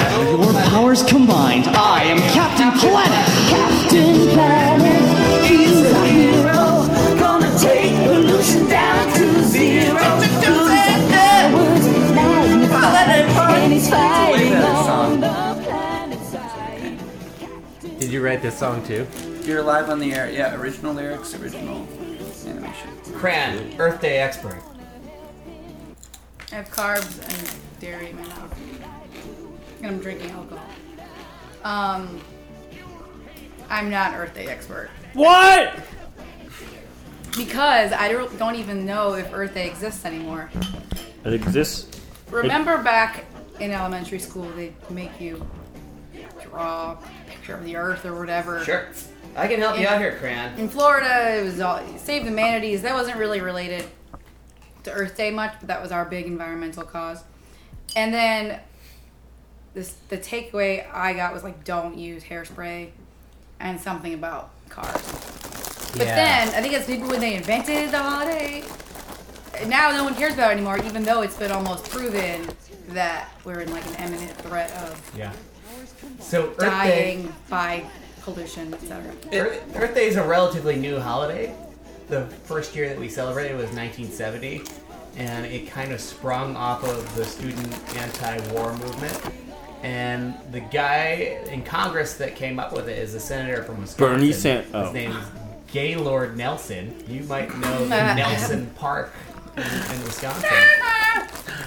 S1: Your powers combined, I am Captain Planet. Captain Planet, he's a hero. Gonna take pollution down to zero. Powers magnified, and he's fighting on the planet side.
S3: Did you write this song too?
S5: You're live on the air. Yeah, original lyrics, original animation.
S2: Cran, Earth Day expert.
S4: I have carbs and dairy in my mouth, and I'm drinking alcohol. Um, I'm not an Earth Day expert
S7: what?
S4: because I don't, don't even know if Earth Day exists anymore.
S7: It exists.
S4: Remember back in elementary school, they make you raw picture of the earth or whatever.
S2: Sure. I can help you out here, Crayon.
S4: In Florida, it was all Save the Manatees. That wasn't really related to Earth Day much, but that was our big environmental cause. And then this the takeaway I got was like don't use hairspray and something about cars. But
S11: Yeah.
S4: then I think it's people when they invented the holiday. Now no one cares about it anymore, even though it's been almost proven that we're in like an imminent threat of
S2: Yeah. So Earth
S4: dying
S2: Day,
S4: by pollution, etc.
S2: Earth, Earth Day is a relatively new holiday. The first year that we celebrated was 1970, and it kind of sprung off of the student anti-war movement. And the guy in Congress that came up with it is a senator from Wisconsin.
S7: Bernie San- oh.
S2: His name is Gaylord Nelson. You might know the Nelson Park in, in Wisconsin.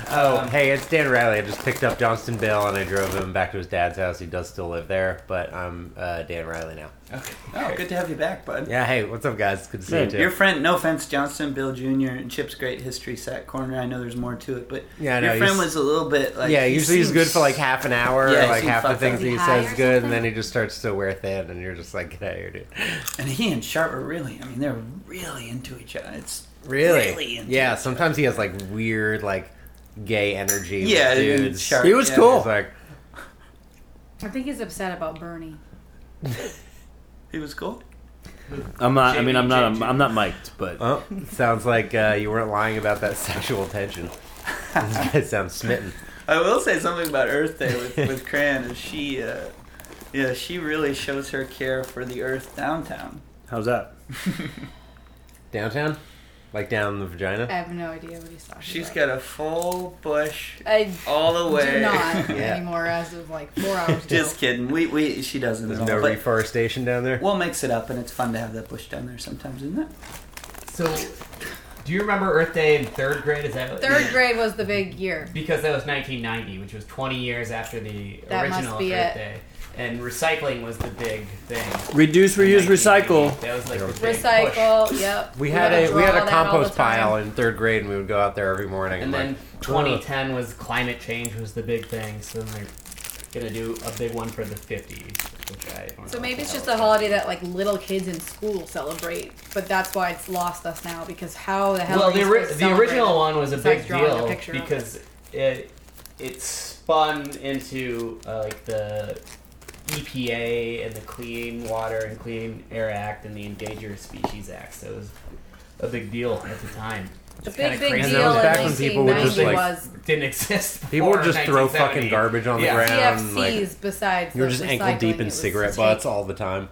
S3: Oh,
S5: Um,
S3: hey, it's Dan Riley. I just picked up Johnstonville and I drove him back to his dad's house. He does still live there, but I'm uh, Dan Riley now.
S2: Okay.
S5: Oh, good to have you back, bud.
S3: Yeah, hey, what's up, guys? Good to see you too.
S5: Your friend, no offense, Johnston Bill Jr. and Chip's great history set corner. I know there's more to it, but
S3: Yeah, I
S5: your
S3: know,
S5: friend
S3: he's-
S5: was a little bit like
S3: yeah,
S5: he
S3: usually he's
S5: seems-
S3: good for like half an hour,
S5: Yeah,
S3: or
S5: he
S3: like
S5: seems
S3: half the
S5: fucked
S3: things
S5: up.
S3: that he
S5: Is he high
S3: says
S5: or
S3: good, and then he just starts to wear thin, and you're just like, get out of here, dude.
S5: And he and Sharp are really, I mean, they're really into each other. It's
S3: Really?
S5: into
S3: yeah, sometimes he has like weird, like gay energy. with
S5: Yeah, dude,
S3: dudes.
S5: sure, He was yeah. cool.
S3: He's like,
S4: I think he's upset about Bernie.
S5: He was cool.
S7: I'm not. I mean, I'm not. I'm not mic'd, but
S3: oh, sounds like uh, you weren't lying about that sexual tension. this guy sounds smitten.
S5: I will say something about Earth Day with, with Cran is she, uh, yeah, she really shows her care for the Earth downtown.
S7: How's that?
S3: Downtown, like down the
S4: I
S3: vagina.
S4: have no idea what he's talking
S5: She's got a full bush
S4: I
S5: all the way.
S4: Do not
S3: Yeah.
S4: anymore as of like four hours.
S5: Just kidding. We, we she doesn't.
S3: There's
S5: at all,
S3: no
S5: but
S3: reforestation down there.
S5: We'll mix it up, and it's fun to have that bush down there sometimes, isn't it?
S2: So, do you remember Earth Day in third grade? Is that what-
S4: Third grade was the big year.
S2: Because that was 1990, which was 20 years after the
S4: That must
S2: original
S4: be
S2: Earth
S4: it.
S2: Day. And recycling was the big thing.
S7: Reduce, reuse, recycle.
S2: That was like the big
S4: Recycle. Yep.
S3: We
S4: You
S3: had
S4: gotta
S3: a we
S4: draw
S3: had a
S4: that all the
S3: compost
S4: time.
S3: pile in third grade, and we would go out there every morning.
S2: And then
S3: like, "Ugh."
S2: 2010 was climate change was the big thing. So they're gonna do a big one for the 50s, which I don't
S4: So
S2: know
S4: maybe
S2: what
S4: it's
S2: the
S4: just
S2: hell
S4: a holiday that like little kids in school celebrate, but that's why it's lost us now because how the hell?
S2: Well,
S4: are you
S2: the, ori-
S4: supposed to
S2: the
S4: celebrate
S2: original
S4: it?
S2: one was a
S4: Besides
S2: big
S4: drawing a
S2: deal
S4: picture of it.
S2: because it it spun into uh, like the EPA and the Clean Water and Clean Air Act and the Endangered Species Act. So it was a big deal at the time.
S4: The
S2: It's kinda
S4: big, big
S2: crazy.
S4: deal And that was in back when people would just, 1990 like- was-
S2: didn't exist.
S3: People would
S2: before
S3: just throw fucking
S2: 1970.
S3: garbage on the
S2: Yeah.
S3: ground.
S4: CFCs
S3: Like,
S4: besides
S3: you were
S4: the
S3: just ankle
S4: recycling,
S3: deep
S4: it
S3: in
S4: was
S3: cigarette
S4: take-
S3: butts all the time.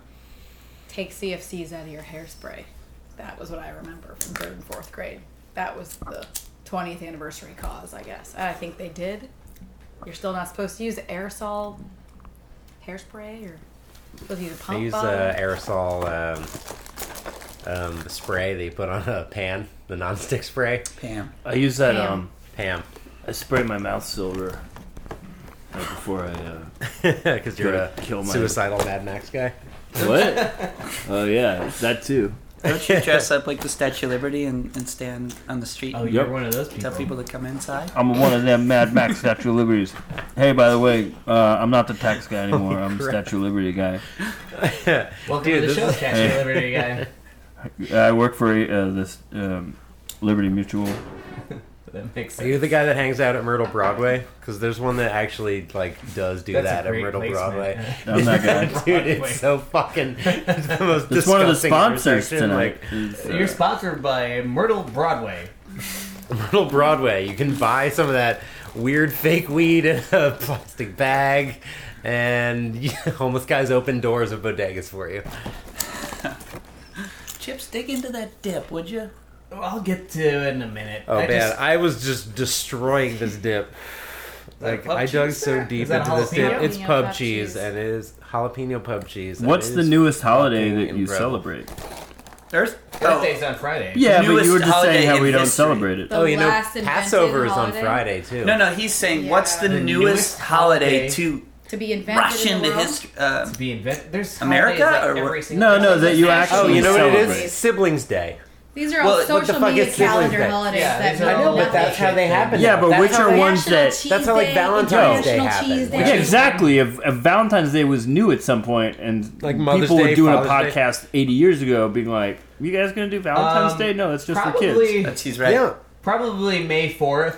S4: Take CFCs out of your hairspray. That was what I remember from third and fourth grade. That was the 20th anniversary cause, I guess. And I think they did. You're still not supposed to use aerosol hairspray or supposed to use a
S3: They
S4: pump
S3: use
S4: bottle.
S3: uh, aerosol um, um, spray they put on a pan, the nonstick spray.
S5: Pam.
S7: I use that.
S4: Pam.
S7: Um,
S3: Pam.
S7: I spray my mouth silver right before I. Uh,
S3: Because you're
S7: Gonna
S3: a
S7: kill my-
S3: suicidal Mad Max guy.
S7: what? Oh yeah, it's that too.
S5: Don't you dress up like the Statue of Liberty and, and stand on the street
S2: Oh,
S5: and
S2: you're
S7: Yep.
S2: one of those
S5: tell
S2: people.
S5: people to come inside?
S7: I'm one of them Mad Max Statue of Liberties. Hey, by the way, uh, I'm not the tax guy anymore. I'm the Statue of Liberty guy.
S2: Welcome
S3: Dude,
S2: to the
S3: this
S2: show,
S3: is-
S2: Statue of Liberty guy.
S7: I work for uh, this um, Liberty Mutual.
S2: That makes
S3: Are
S2: sense.
S3: you the guy that hangs out at Myrtle Broadway? Because there's one that actually like does do
S2: That's a
S3: that at
S2: great
S3: Myrtle
S2: placement.
S3: Broadway.
S7: I'm that guy.
S3: Dude, it's so fucking. It's the most
S7: It's one of the
S3: disgusting
S7: sponsors
S3: intersection,
S7: tonight.
S3: Like,
S7: It's, uh,
S2: You're sponsored by Myrtle Broadway.
S3: Little Broadway. You can buy some of that weird fake weed in a plastic bag, and homeless guys open doors of bodegas for you.
S5: Chips, dig into that dip, would you?
S2: I'll get to it in a minute.
S3: Oh
S2: I
S3: man,
S2: just-
S3: I was just destroying this dip.
S2: that
S3: Like
S2: pub
S3: I dug
S2: cheese?
S3: so
S2: Is
S3: deep
S2: that
S3: into this dip.
S2: jalapeno?
S3: It's
S4: Jalapeno
S3: pub
S4: pub
S3: cheese,
S4: cheese.
S3: and it is jalapeno pub cheese. and
S7: What's
S3: it
S7: the
S3: is
S7: newest holiday
S3: fucking
S7: that you
S3: incredible.
S7: celebrate?
S5: Earth?
S2: Earth
S5: Oh,
S2: Day's on Friday.
S7: Yeah, but
S5: newest
S7: you were just
S5: holiday
S7: saying how
S5: in
S7: we don't
S5: history.
S7: celebrate it.
S4: The
S3: Oh, you know,
S4: last invented
S3: Passover is on
S4: holiday
S3: Friday too.
S5: no, no, he's saying, what's the,
S2: Yeah. The
S5: newest,
S2: newest
S5: holiday
S2: holiday
S5: to
S4: to be invented
S5: rush
S4: in the
S5: into
S4: world.
S5: history? Uh,
S2: To be invent. There's
S5: America
S2: holidays, like,
S5: or what?
S2: every single
S7: No, no, that you
S4: Oh,
S7: actually
S3: Oh, you know what it
S7: celebrate.
S3: is? Siblings Day.
S4: These are all
S3: Well, what the
S4: social
S3: fuck
S4: media
S3: is Sibling
S4: calendar
S3: Day?
S4: holidays
S2: Yeah,
S4: that
S2: these are
S4: mean
S2: all
S3: I know, but
S2: National
S3: that's how they
S2: Cheese
S3: happen.
S7: Yeah,
S3: though.
S7: but
S3: That's
S7: which
S3: how
S7: are
S3: they-
S7: ones that
S3: That's how like Valentine's Day
S7: International
S3: happened.
S7: Yeah,
S3: right?
S7: exactly. If, if Valentine's Day was new at some point, and
S3: Like Mother's
S7: people were
S3: Day,
S7: doing a
S3: Father's Day.
S7: podcast 80 years ago, being like, "You guys gonna do Valentine's
S2: Um,
S7: Day? No, that's just for
S2: probably,
S7: kids."
S5: That's he's right.
S3: Yeah.
S2: probably May fourth,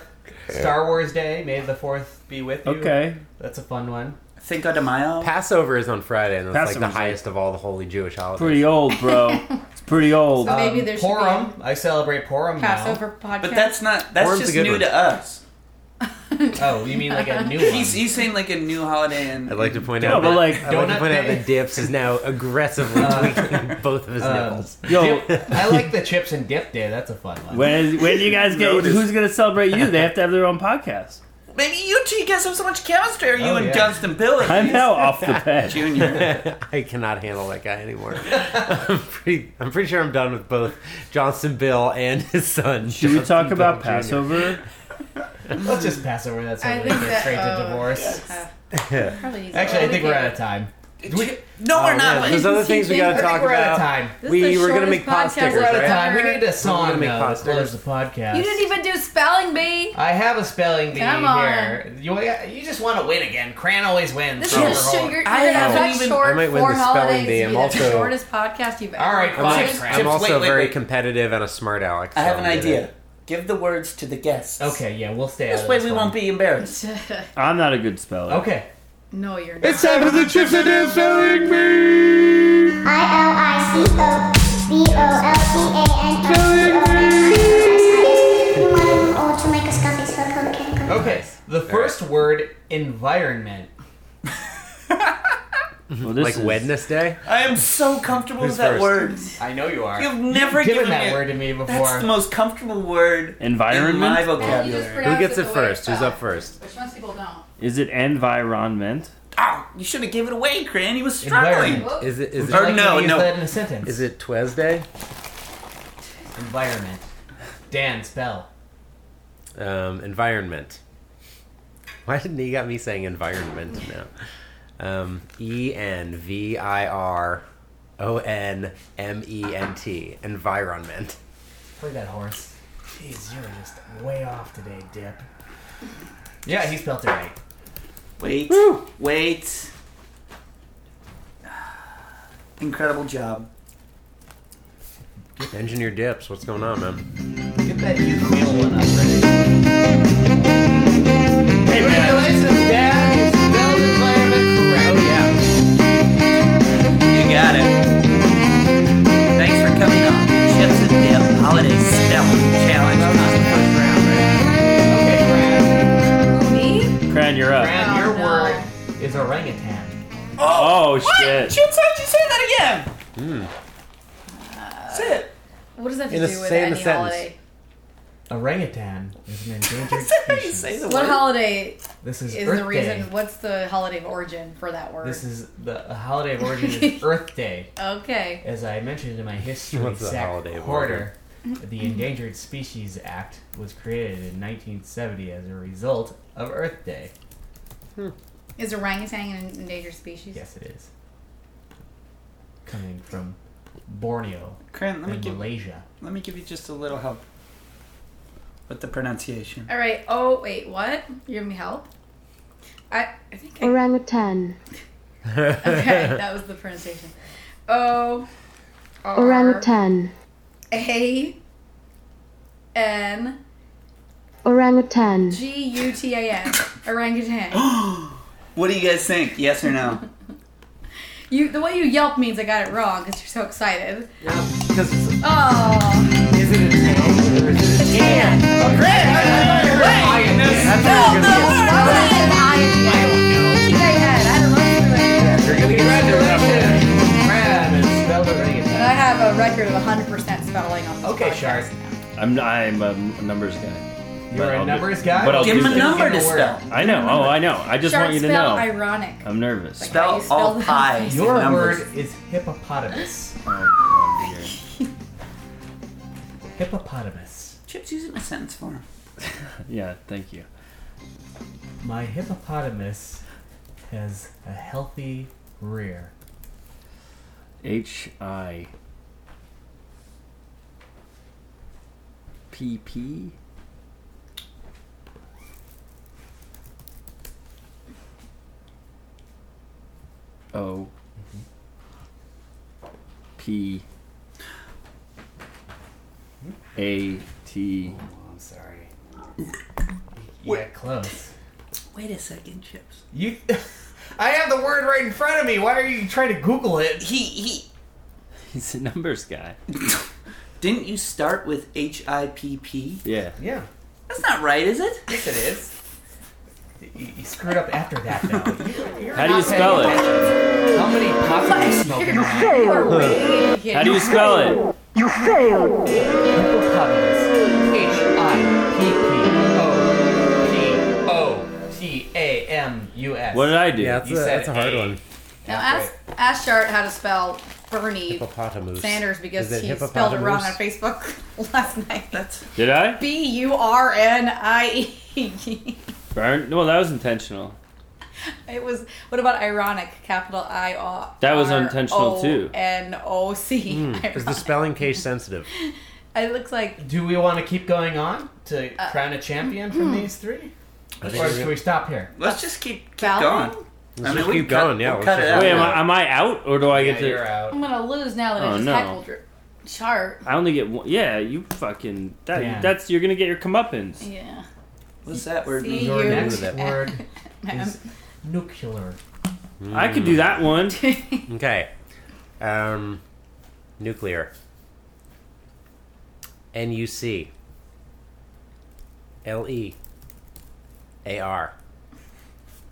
S2: Star Wars Day. May the fourth be with you.
S7: Okay,
S2: that's a fun one.
S5: Cinco de Mayo.
S3: Passover is on Friday, and it's like the
S7: Passover's
S3: highest of all the holy Jewish holidays.
S7: pretty old, bro. it's pretty old.
S4: So Maybe there should be
S2: Um, Purim. I celebrate Purim now.
S4: Passover podcast.
S5: But that's not. That's
S3: Purim's a
S5: just
S3: good
S5: new
S3: one.
S5: to us.
S2: Oh, you mean like a new one?
S5: He's, he's saying like a new holiday and
S3: I'd like to point
S7: No,
S3: out,
S7: but
S3: that,
S7: like,
S3: I'd like to
S2: Donut
S3: point out
S2: Day.
S3: that Dips is now aggressively
S4: Uh,
S3: tweaking both of his
S2: Um,
S3: nipples.
S7: Yo,
S2: Dip- I like the chips and dip day. That's a fun one.
S7: when when you guys get
S3: Notice.
S7: who's gonna celebrate you? They have to have their own podcast.
S5: Maybe you two guys have so much chemistry. Are you
S2: Oh,
S5: and
S2: yeah.
S5: Justin Billy?
S7: I'm now off the bed.
S5: Junior.
S3: I cannot handle that guy anymore. I'm pretty, I'm pretty sure I'm done with both Johnson Bill and his son.
S7: Should we
S3: Johnson
S7: talk
S3: Bill
S7: about
S3: Jr..
S7: Passover?
S2: Let's just pass over that. So
S4: I
S2: we
S4: think
S2: can get
S4: that-
S2: straight to
S4: oh,
S2: divorce.
S4: yeah. Probably needs
S2: Actually, I
S4: to-
S2: think we're out of time.
S5: No, we're not.
S3: Oh, There's other things we got to
S2: I
S3: talk
S2: think we're out of
S3: about.
S2: time.
S4: This is
S3: We
S4: the
S3: were gonna
S4: shortest
S3: make pot
S4: podcast
S3: stickers,
S2: We're out of
S3: Right.
S2: time. We need a
S3: We're
S2: song
S3: gonna make
S2: though to
S3: pasta.
S2: close the podcast.
S10: You didn't even do spelling bee.
S2: I have a spelling bee
S10: Come on.
S2: here. You, you just want to win again. Cran always wins.
S10: This
S2: so
S10: is
S2: we're
S10: a
S2: rolling.
S10: sugar.
S5: I
S10: you're gonna
S5: haven't
S10: have
S5: even-
S10: short
S3: I might win
S10: four
S3: the spelling
S10: holidays
S3: bee.
S10: to
S3: I'm
S10: be the
S3: also-
S10: shortest podcast you've ever.
S2: All right,
S3: I'm,
S2: fine.
S3: like-
S2: Chips,
S3: I'm
S2: chips,
S3: also
S5: wait, wait,
S3: very
S5: wait.
S3: competitive and a smart aleck.
S5: I have
S3: so
S5: an
S3: I'm gonna-
S5: idea. Give the words to the guests.
S2: Okay, yeah, we'll stay. out
S5: This
S2: of
S5: way
S2: this
S5: we
S2: one.
S5: won't be embarrassed.
S7: I'm not a good speller.
S2: Okay.
S4: No, you're not.
S3: time for the chips and dip spelling bee.
S2: Okay. The first word, environment.
S7: Well, this
S3: Like
S7: is-
S3: Wednesday.
S5: I am so comfortable
S3: Who's
S5: with that
S3: first?
S5: word.
S2: I know you are.
S5: You've never
S2: given,
S5: given
S2: that
S5: me-
S2: word to me before.
S5: That's the most comfortable word in my
S7: Environment?
S4: You just
S5: vocabulary.
S4: pronounce
S3: Who gets
S4: the
S3: it
S4: way
S3: first? Who's
S4: spelled,
S3: up first?
S4: Which most people don't.
S7: Is it environment?
S5: Ah, you should have given it away, Cran. He was
S2: Environment.
S5: struggling.
S4: Whoops.
S3: Is it? Is
S2: Would
S3: it?
S2: you
S5: Or
S2: like me
S5: no,
S2: to use
S5: no.
S2: that in a sentence.
S3: Is it Tuesday?
S2: environment? Dan, spell.
S3: Um, environment. Why didn't you got me saying environment now? Um, e n v i r o n m e n t environment.
S2: Play that horse. Jeez, you're just way off today, Dip. Yeah, he spelled it right.
S5: Wait, wait. Incredible job.
S3: Engineer dips. What's going on, man?
S2: Get that huge meal one up ready.
S7: Hey, man.
S2: Congratulations, Dan. You spelled environment correctly.
S5: Oh, You got it. Thanks for coming on Chips and Dip Holiday Spelling Challenge.
S2: Okay, Fran.
S10: Me?
S7: Cran, you're up.
S2: Fran,
S10: Oh,
S2: your
S10: no.
S2: word is orangutan.
S7: Oh,
S5: what?
S7: shit.
S5: Chips, how'd you say that again? Say it.
S4: What does that have
S3: In
S4: to
S3: a-
S4: do with
S3: say in a
S4: any
S3: sentence.
S4: holiday?
S2: Orangutan is an endangered
S5: Is that how you say
S2: species.
S5: the
S4: What
S5: word?
S4: holiday
S2: This is,
S4: is
S2: Earth
S4: the reason?
S2: Day.
S4: What's the holiday of origin for that word?
S2: This is the a holiday of origin is Earth Day.
S4: okay.
S2: As I mentioned in my history
S3: What's the
S2: sack
S3: holiday of
S2: quarter, the Endangered Species Act was created in 1970 as a result of Earth Day.
S4: Is orangutan an endangered species?
S2: Yes, it is. Coming from Borneo
S5: Cran, let me
S2: and
S5: give
S2: Malaysia.
S5: let me give you just a little help with the pronunciation.
S4: All right. Oh wait, what? You're giving me help? I, I think I,
S11: Orangutan.
S4: okay. That was the pronunciation. O R
S11: Orangutan.
S4: A N
S11: Orangutan.
S4: G U T A N orangutan.
S5: What do you guys think? Yes or no?
S4: You the way you yelp means I got it wrong because you're so excited.
S3: Because it's,
S4: Oh,
S3: is it a tan or is it a tan?
S4: no, no, I
S2: Grab and spell the ring
S4: And I have a record of 100% spelling on this
S2: Okay,
S4: podcast
S2: Shard.
S4: now.
S7: I'm, I'm a numbers guy.
S2: You're
S7: But
S2: a
S7: I'll do-
S2: numbers guy?
S7: but I'll
S5: give
S7: do
S5: him a
S7: this.
S5: number to
S2: Give him a word.
S5: spell.
S7: I know. Oh, I know. I just
S4: Shard,
S7: want you to
S4: spell
S7: know.
S4: ironic.
S7: I'm nervous.
S4: Like- How
S5: Spell
S4: you spell
S5: all
S4: that?
S5: pies. in
S2: Your
S5: numbers.
S2: word is hippopotamus.
S7: Oh, oh, dear.
S2: Hippopotamus.
S5: Chips using a sentence form.
S7: Yeah, thank you.
S2: My hippopotamus has a healthy rear.
S7: H I
S6: PP. O. P. A. T.
S2: Oh, I'm sorry. Yeah, close.
S5: Wait a second, Chips.
S2: You, I have the word right in front of me. Why are you trying to Google it?
S5: He he.
S7: He's a numbers guy.
S5: Didn't you start with H I P P?
S7: Yeah.
S2: Yeah.
S5: That's not right, is it?
S2: Yes, it is. You, you screwed up after that, though. You're
S7: How do you
S2: not
S7: spell
S2: paying
S7: it?
S2: attention. How many puffs are you smoking?
S7: How do you spell it?
S2: You failed. H I P P O P O T A M U S.
S7: What did I do?
S3: Yeah, that's,
S2: You
S3: a,
S2: said
S3: that's a hard one.
S4: Now ask ask Shart how to spell Bernie
S3: Hippopotamus.
S4: Sanders because
S3: Is it
S4: he spelled it wrong on
S3: hippopotamus?
S4: Facebook last night. That's
S7: Did I?
S4: B U R N I E.
S7: Burn? Well, that was intentional.
S4: It was. What about ironic? Capital I O.
S7: That was intentional, too.
S4: N O C.
S3: Hmm, Is the spelling case sensitive?
S4: It looks like
S2: Do we want to keep going on to crown a champion from
S4: Uh, hmm.
S2: these three?
S3: I
S2: Or
S3: think we're
S2: should we stop here?
S5: Let's just keep keep going.
S4: Fallon?
S3: Let's
S5: I mean,
S3: just
S5: we
S3: keep
S5: cut-
S3: going. Yeah,
S5: we'll
S3: let's
S5: cut it
S3: just-
S5: out.
S7: Wait, am I, am I out or do I get
S2: Yeah,
S7: to?
S2: you're out.
S4: I'm gonna lose now that
S7: Oh,
S4: I just
S7: no.
S4: heckled your Shart.
S7: I only get one. Yeah, you fucking. That,
S2: Yeah.
S7: That's you're gonna get your comeuppance.
S4: Yeah.
S5: What's that word?
S4: See
S5: mean?
S2: Your
S4: you.
S2: next
S3: That
S2: word
S4: Ma'am.
S2: is nuclear.
S7: I could do that one.
S3: Okay. Um, nuclear. N U C. L E. A R.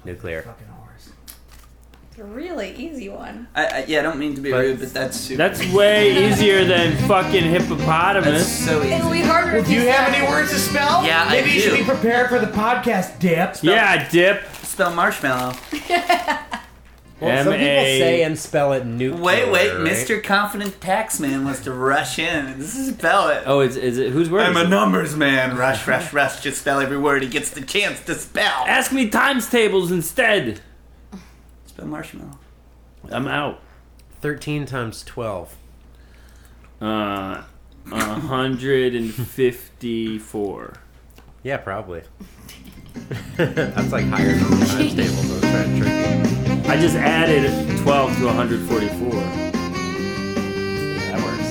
S3: Nuclear.
S2: Fucking horse.
S4: It's a really easy one.
S5: I, I, yeah, I don't mean to be
S3: But-
S5: rude, but that's super.
S7: That's way easier than fucking
S5: that's
S7: hippopotamus.
S5: so
S4: It would
S5: easy.
S4: be harder
S2: Well,
S4: if
S2: do you have
S4: said-
S2: any words to spell?
S5: Yeah, I
S2: Maybe you should
S5: do.
S2: be prepared for the podcast, Dip.
S7: Yeah, dip.
S5: Spell marshmallow.
S3: Well, some people
S7: M.A..
S3: say and spell it nuclear.
S5: Wait, wait,
S3: right?
S5: Mr. Confident Taxman wants to rush in and spell it.
S7: Oh, is is it whose word?
S5: I'm
S7: is
S5: a
S7: it?
S5: numbers man. Rush, rush, rush. Just spell every word. He gets the chance to spell.
S7: Ask me times tables instead.
S5: Spell marshmallow.
S7: I'm out.
S3: 13 times 12.
S7: Uh, a hundred and fifty-four.
S3: Yeah, probably. That's like higher than the times table, so it's kind of tricky.
S7: I just added twelve to one hundred forty-four. That works.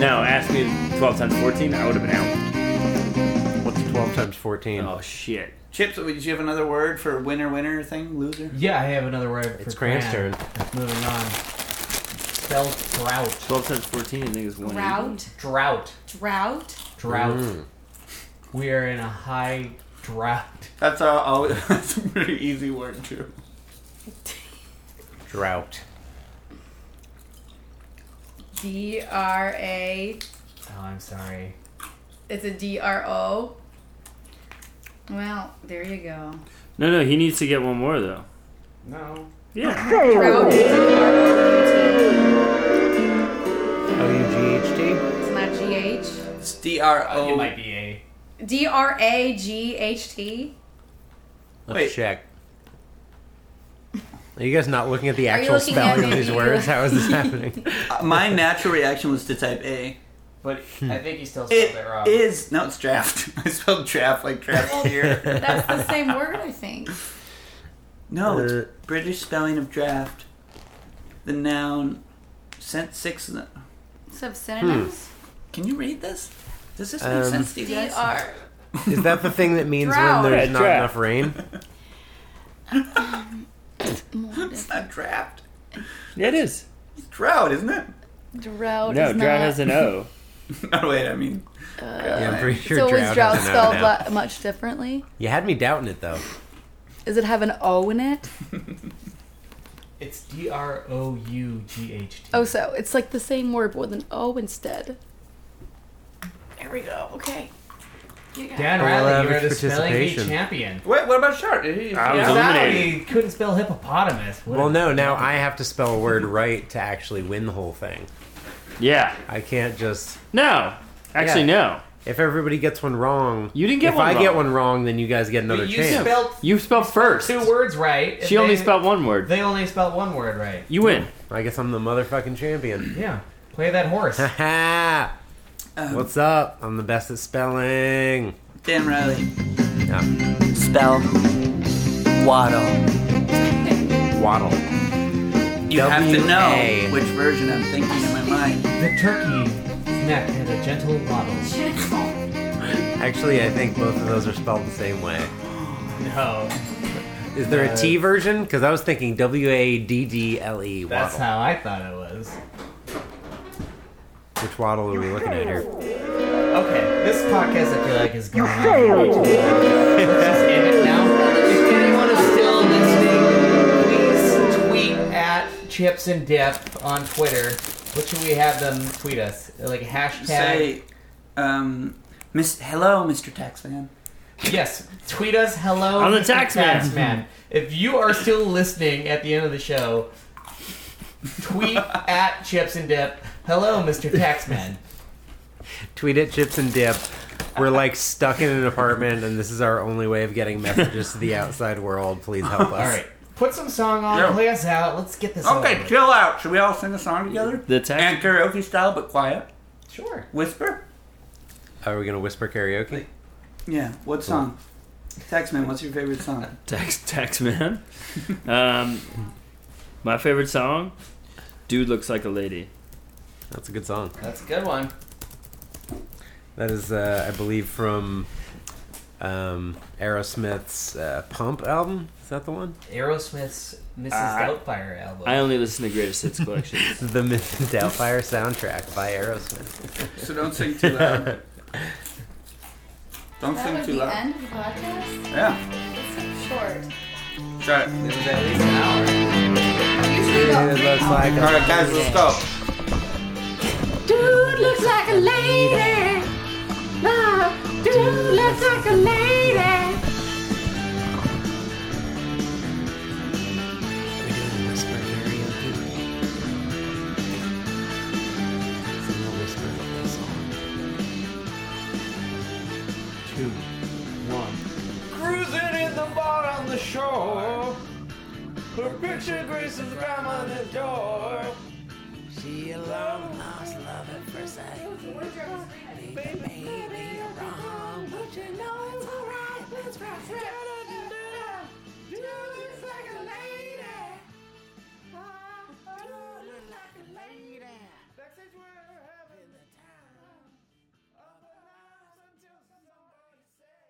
S7: No, ask me twelve times fourteen. I would have been out.
S3: What's 12 times 14?
S7: Oh shit.
S5: Chips, did you have another word for winner, winner thing? Loser?
S2: Yeah, I have another word for
S3: it's Cran's
S2: Cran.
S3: turn.
S2: Moving on. Spell drought.
S7: Twelve times fourteen. I think is one.
S10: Drought.
S2: Drought.
S10: Drought.
S2: Drought.
S3: Mm.
S2: We are in a high drought.
S5: That's all. all that's a pretty easy word, too.
S3: Drought.
S4: D R A.
S2: Oh, I'm sorry.
S4: It's a D R O. Well, there you go.
S7: No, no, he needs to get one more though.
S2: No.
S7: Yeah.
S4: Drought is R-O-U-T.
S3: O U G H T?
S4: It's not G H.
S5: It's D R
S2: It
S5: O.
S2: Uh, might be a.
S4: D R A G H T.
S3: Let's
S5: Wait.
S3: check. Are you guys not looking at the
S4: you
S3: actual
S4: looking at
S3: spelling of
S4: me?
S3: these words? How is this happening?
S5: Uh, My natural reaction was to type A.
S2: But
S3: Hmm.
S2: I think he still spelled
S5: It
S2: it, wrong.
S5: is. No, it's draft. I spelled draft like draft here.
S4: That's the same word, I think.
S5: No,
S3: Uh,
S5: it's British spelling of draft. The noun sent six. no-
S4: Let's have synonyms.
S3: Hmm.
S5: Can you read this? Does this make
S3: Um,
S5: sense to you
S4: D
S5: guys?
S4: R.
S3: Is that the thing that means
S4: Drought.
S3: when there's
S7: Yeah,
S3: not
S7: drought.
S3: enough rain?
S5: It's not draft.
S7: Yeah, it is.
S5: It's drought, isn't it?
S10: Drought.
S7: no,
S10: is
S7: drought
S10: not,
S7: has an O.
S5: Oh wait, I mean,
S3: yeah, I'm pretty sure
S10: So was
S3: drought,
S10: drought
S3: has an O
S10: spelled
S3: now.
S10: li- much differently?
S3: You had me doubting it though.
S10: Does it have an O in it?
S2: It's D R O U G H T.
S10: Oh, so it's like the same word but with an O instead. There we go. Okay.
S2: Dan Riley, you're
S3: average
S2: the spelling bee
S3: participation.
S2: champion.
S5: what? What about shark? Did he-
S7: I was
S2: Yeah,
S7: eliminated.
S2: He couldn't spell hippopotamus. What
S3: Well,
S2: a-
S3: no, now I have to spell a word right to actually win the whole thing.
S7: Yeah.
S3: I can't just.
S7: No. Actually,
S3: Yeah.
S7: no.
S3: If everybody gets one wrong,
S7: You didn't get
S3: if
S7: one
S3: I
S7: wrong.
S3: get one wrong, then you guys get another
S2: But you
S3: chance.
S2: spelled
S7: You spelled first.
S2: two words right.
S7: She
S2: and
S7: only
S2: they-
S7: spelled one word.
S2: They only spelled one word right.
S7: You win.
S3: I guess I'm the motherfucking champion.
S2: Yeah. Play that horse.
S3: Ha
S5: Um,
S3: What's up? I'm the best at spelling.
S5: Dan Riley.
S3: Yeah.
S5: Spell. Waddle.
S3: Waddle.
S5: You have to
S2: W.A..
S5: know which version I'm thinking in my mind.
S2: The turkey's neck had a gentle waddle.
S3: Actually, I think both of those are spelled the same way.
S2: No.
S3: Is there
S2: No.
S3: a T version? Because I was thinking W A D D L E.
S2: That's
S3: Waddle.
S2: how I thought it was.
S3: Which waddle are we looking at here?
S2: Okay, this podcast I feel like is going on. Let's just end it now. If anyone is still listening, please tweet at Chips and Dip on Twitter. What should we have them tweet us? Like hashtag.
S5: Say, um, Miss, hello, Mr. Taxman.
S2: Yes, tweet us hello.
S5: I'm the
S2: Mr.
S5: tax man.
S2: Taxman. If you are still listening at the end of the show, tweet at Chips and Dip. Hello, Mr. Taxman.
S3: Tweet at Chips and Dip. We're like stuck in an apartment, and this is our only way of getting messages to the outside world. Please help us.
S2: All right, put some song on,
S5: Yeah.
S2: play us out. Let's get this. over
S5: Okay,
S2: with.
S5: chill out. Should we all sing a song together?
S7: The tax-
S5: And karaoke style, but quiet.
S2: Sure.
S5: Whisper?
S3: Are we gonna whisper karaoke?
S5: Yeah. What song? Taxman, what's your favorite song?
S7: Tax Tax Man. um, my favorite song, "Dude Looks Like a Lady."
S3: That's a good song.
S2: That's a good one.
S3: That is, uh, I believe, from um, Aerosmith's uh, Pump album. Is that the one?
S2: Aerosmith's Mrs.
S7: Uh,
S2: Doubtfire album.
S7: I only listen to Greatest Hits collections.
S3: the Mrs. Doubtfire soundtrack by Aerosmith.
S5: So don't sing too loud. Don't
S4: That
S5: sing
S4: was
S5: too
S4: the
S5: loud.
S4: end of the podcast?
S5: Yeah.
S4: It's so short.
S5: Try it.
S2: was at least an hour.
S3: Dude looks like a
S5: All right, guys, let's go.
S1: Dude looks like a lady. Nah, dude looks like a lady.
S7: Two, one.
S1: Cruising in the bar on the shore. Her picture graces grandma on the door. She alone lost love at first sight. Baby, maybe you're wrong, but you know it's alright. Let's cross it. Do this like a lady. Ah, do it like a lady. That's it, we're having the time of our lives until somebody says.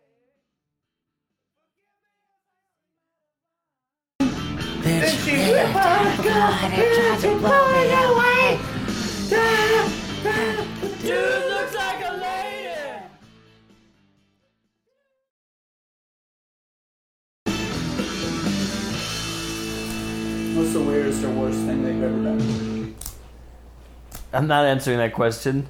S1: Then she whipped out a gun and tried to blow it away. Da, da, the Dude looks like a lady.
S5: What's the weirdest or worst thing they've ever done?
S7: I'm not answering that question.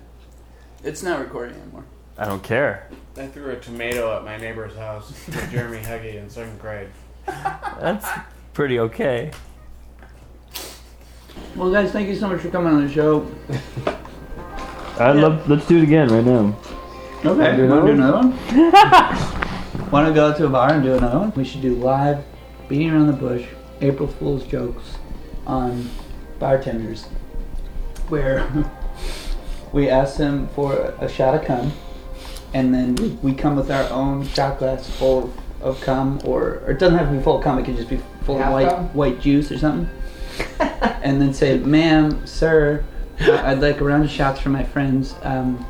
S5: It's not recording anymore.
S7: I don't care.
S12: I threw a tomato at my neighbor's house with Jeremy Huggy in second grade.
S7: That's pretty okay.
S5: Well, guys, thank you so much for coming on the show.
S7: I love. Let's do it again right now.
S5: Okay,
S7: Do
S5: you want to do
S7: another
S5: another one? want to go to a bar and do another one? We should do live beating around the bush, April Fool's jokes on bartenders, where we ask them for a shot of cum, and then we come with our own shot glass full of cum, or, or it doesn't have to be full of cum; it could just be full of
S6: Half
S5: white
S6: cum?
S5: white juice or something, and then say, "Ma'am, sir, I- I'd like a round of shots for my friends." Um,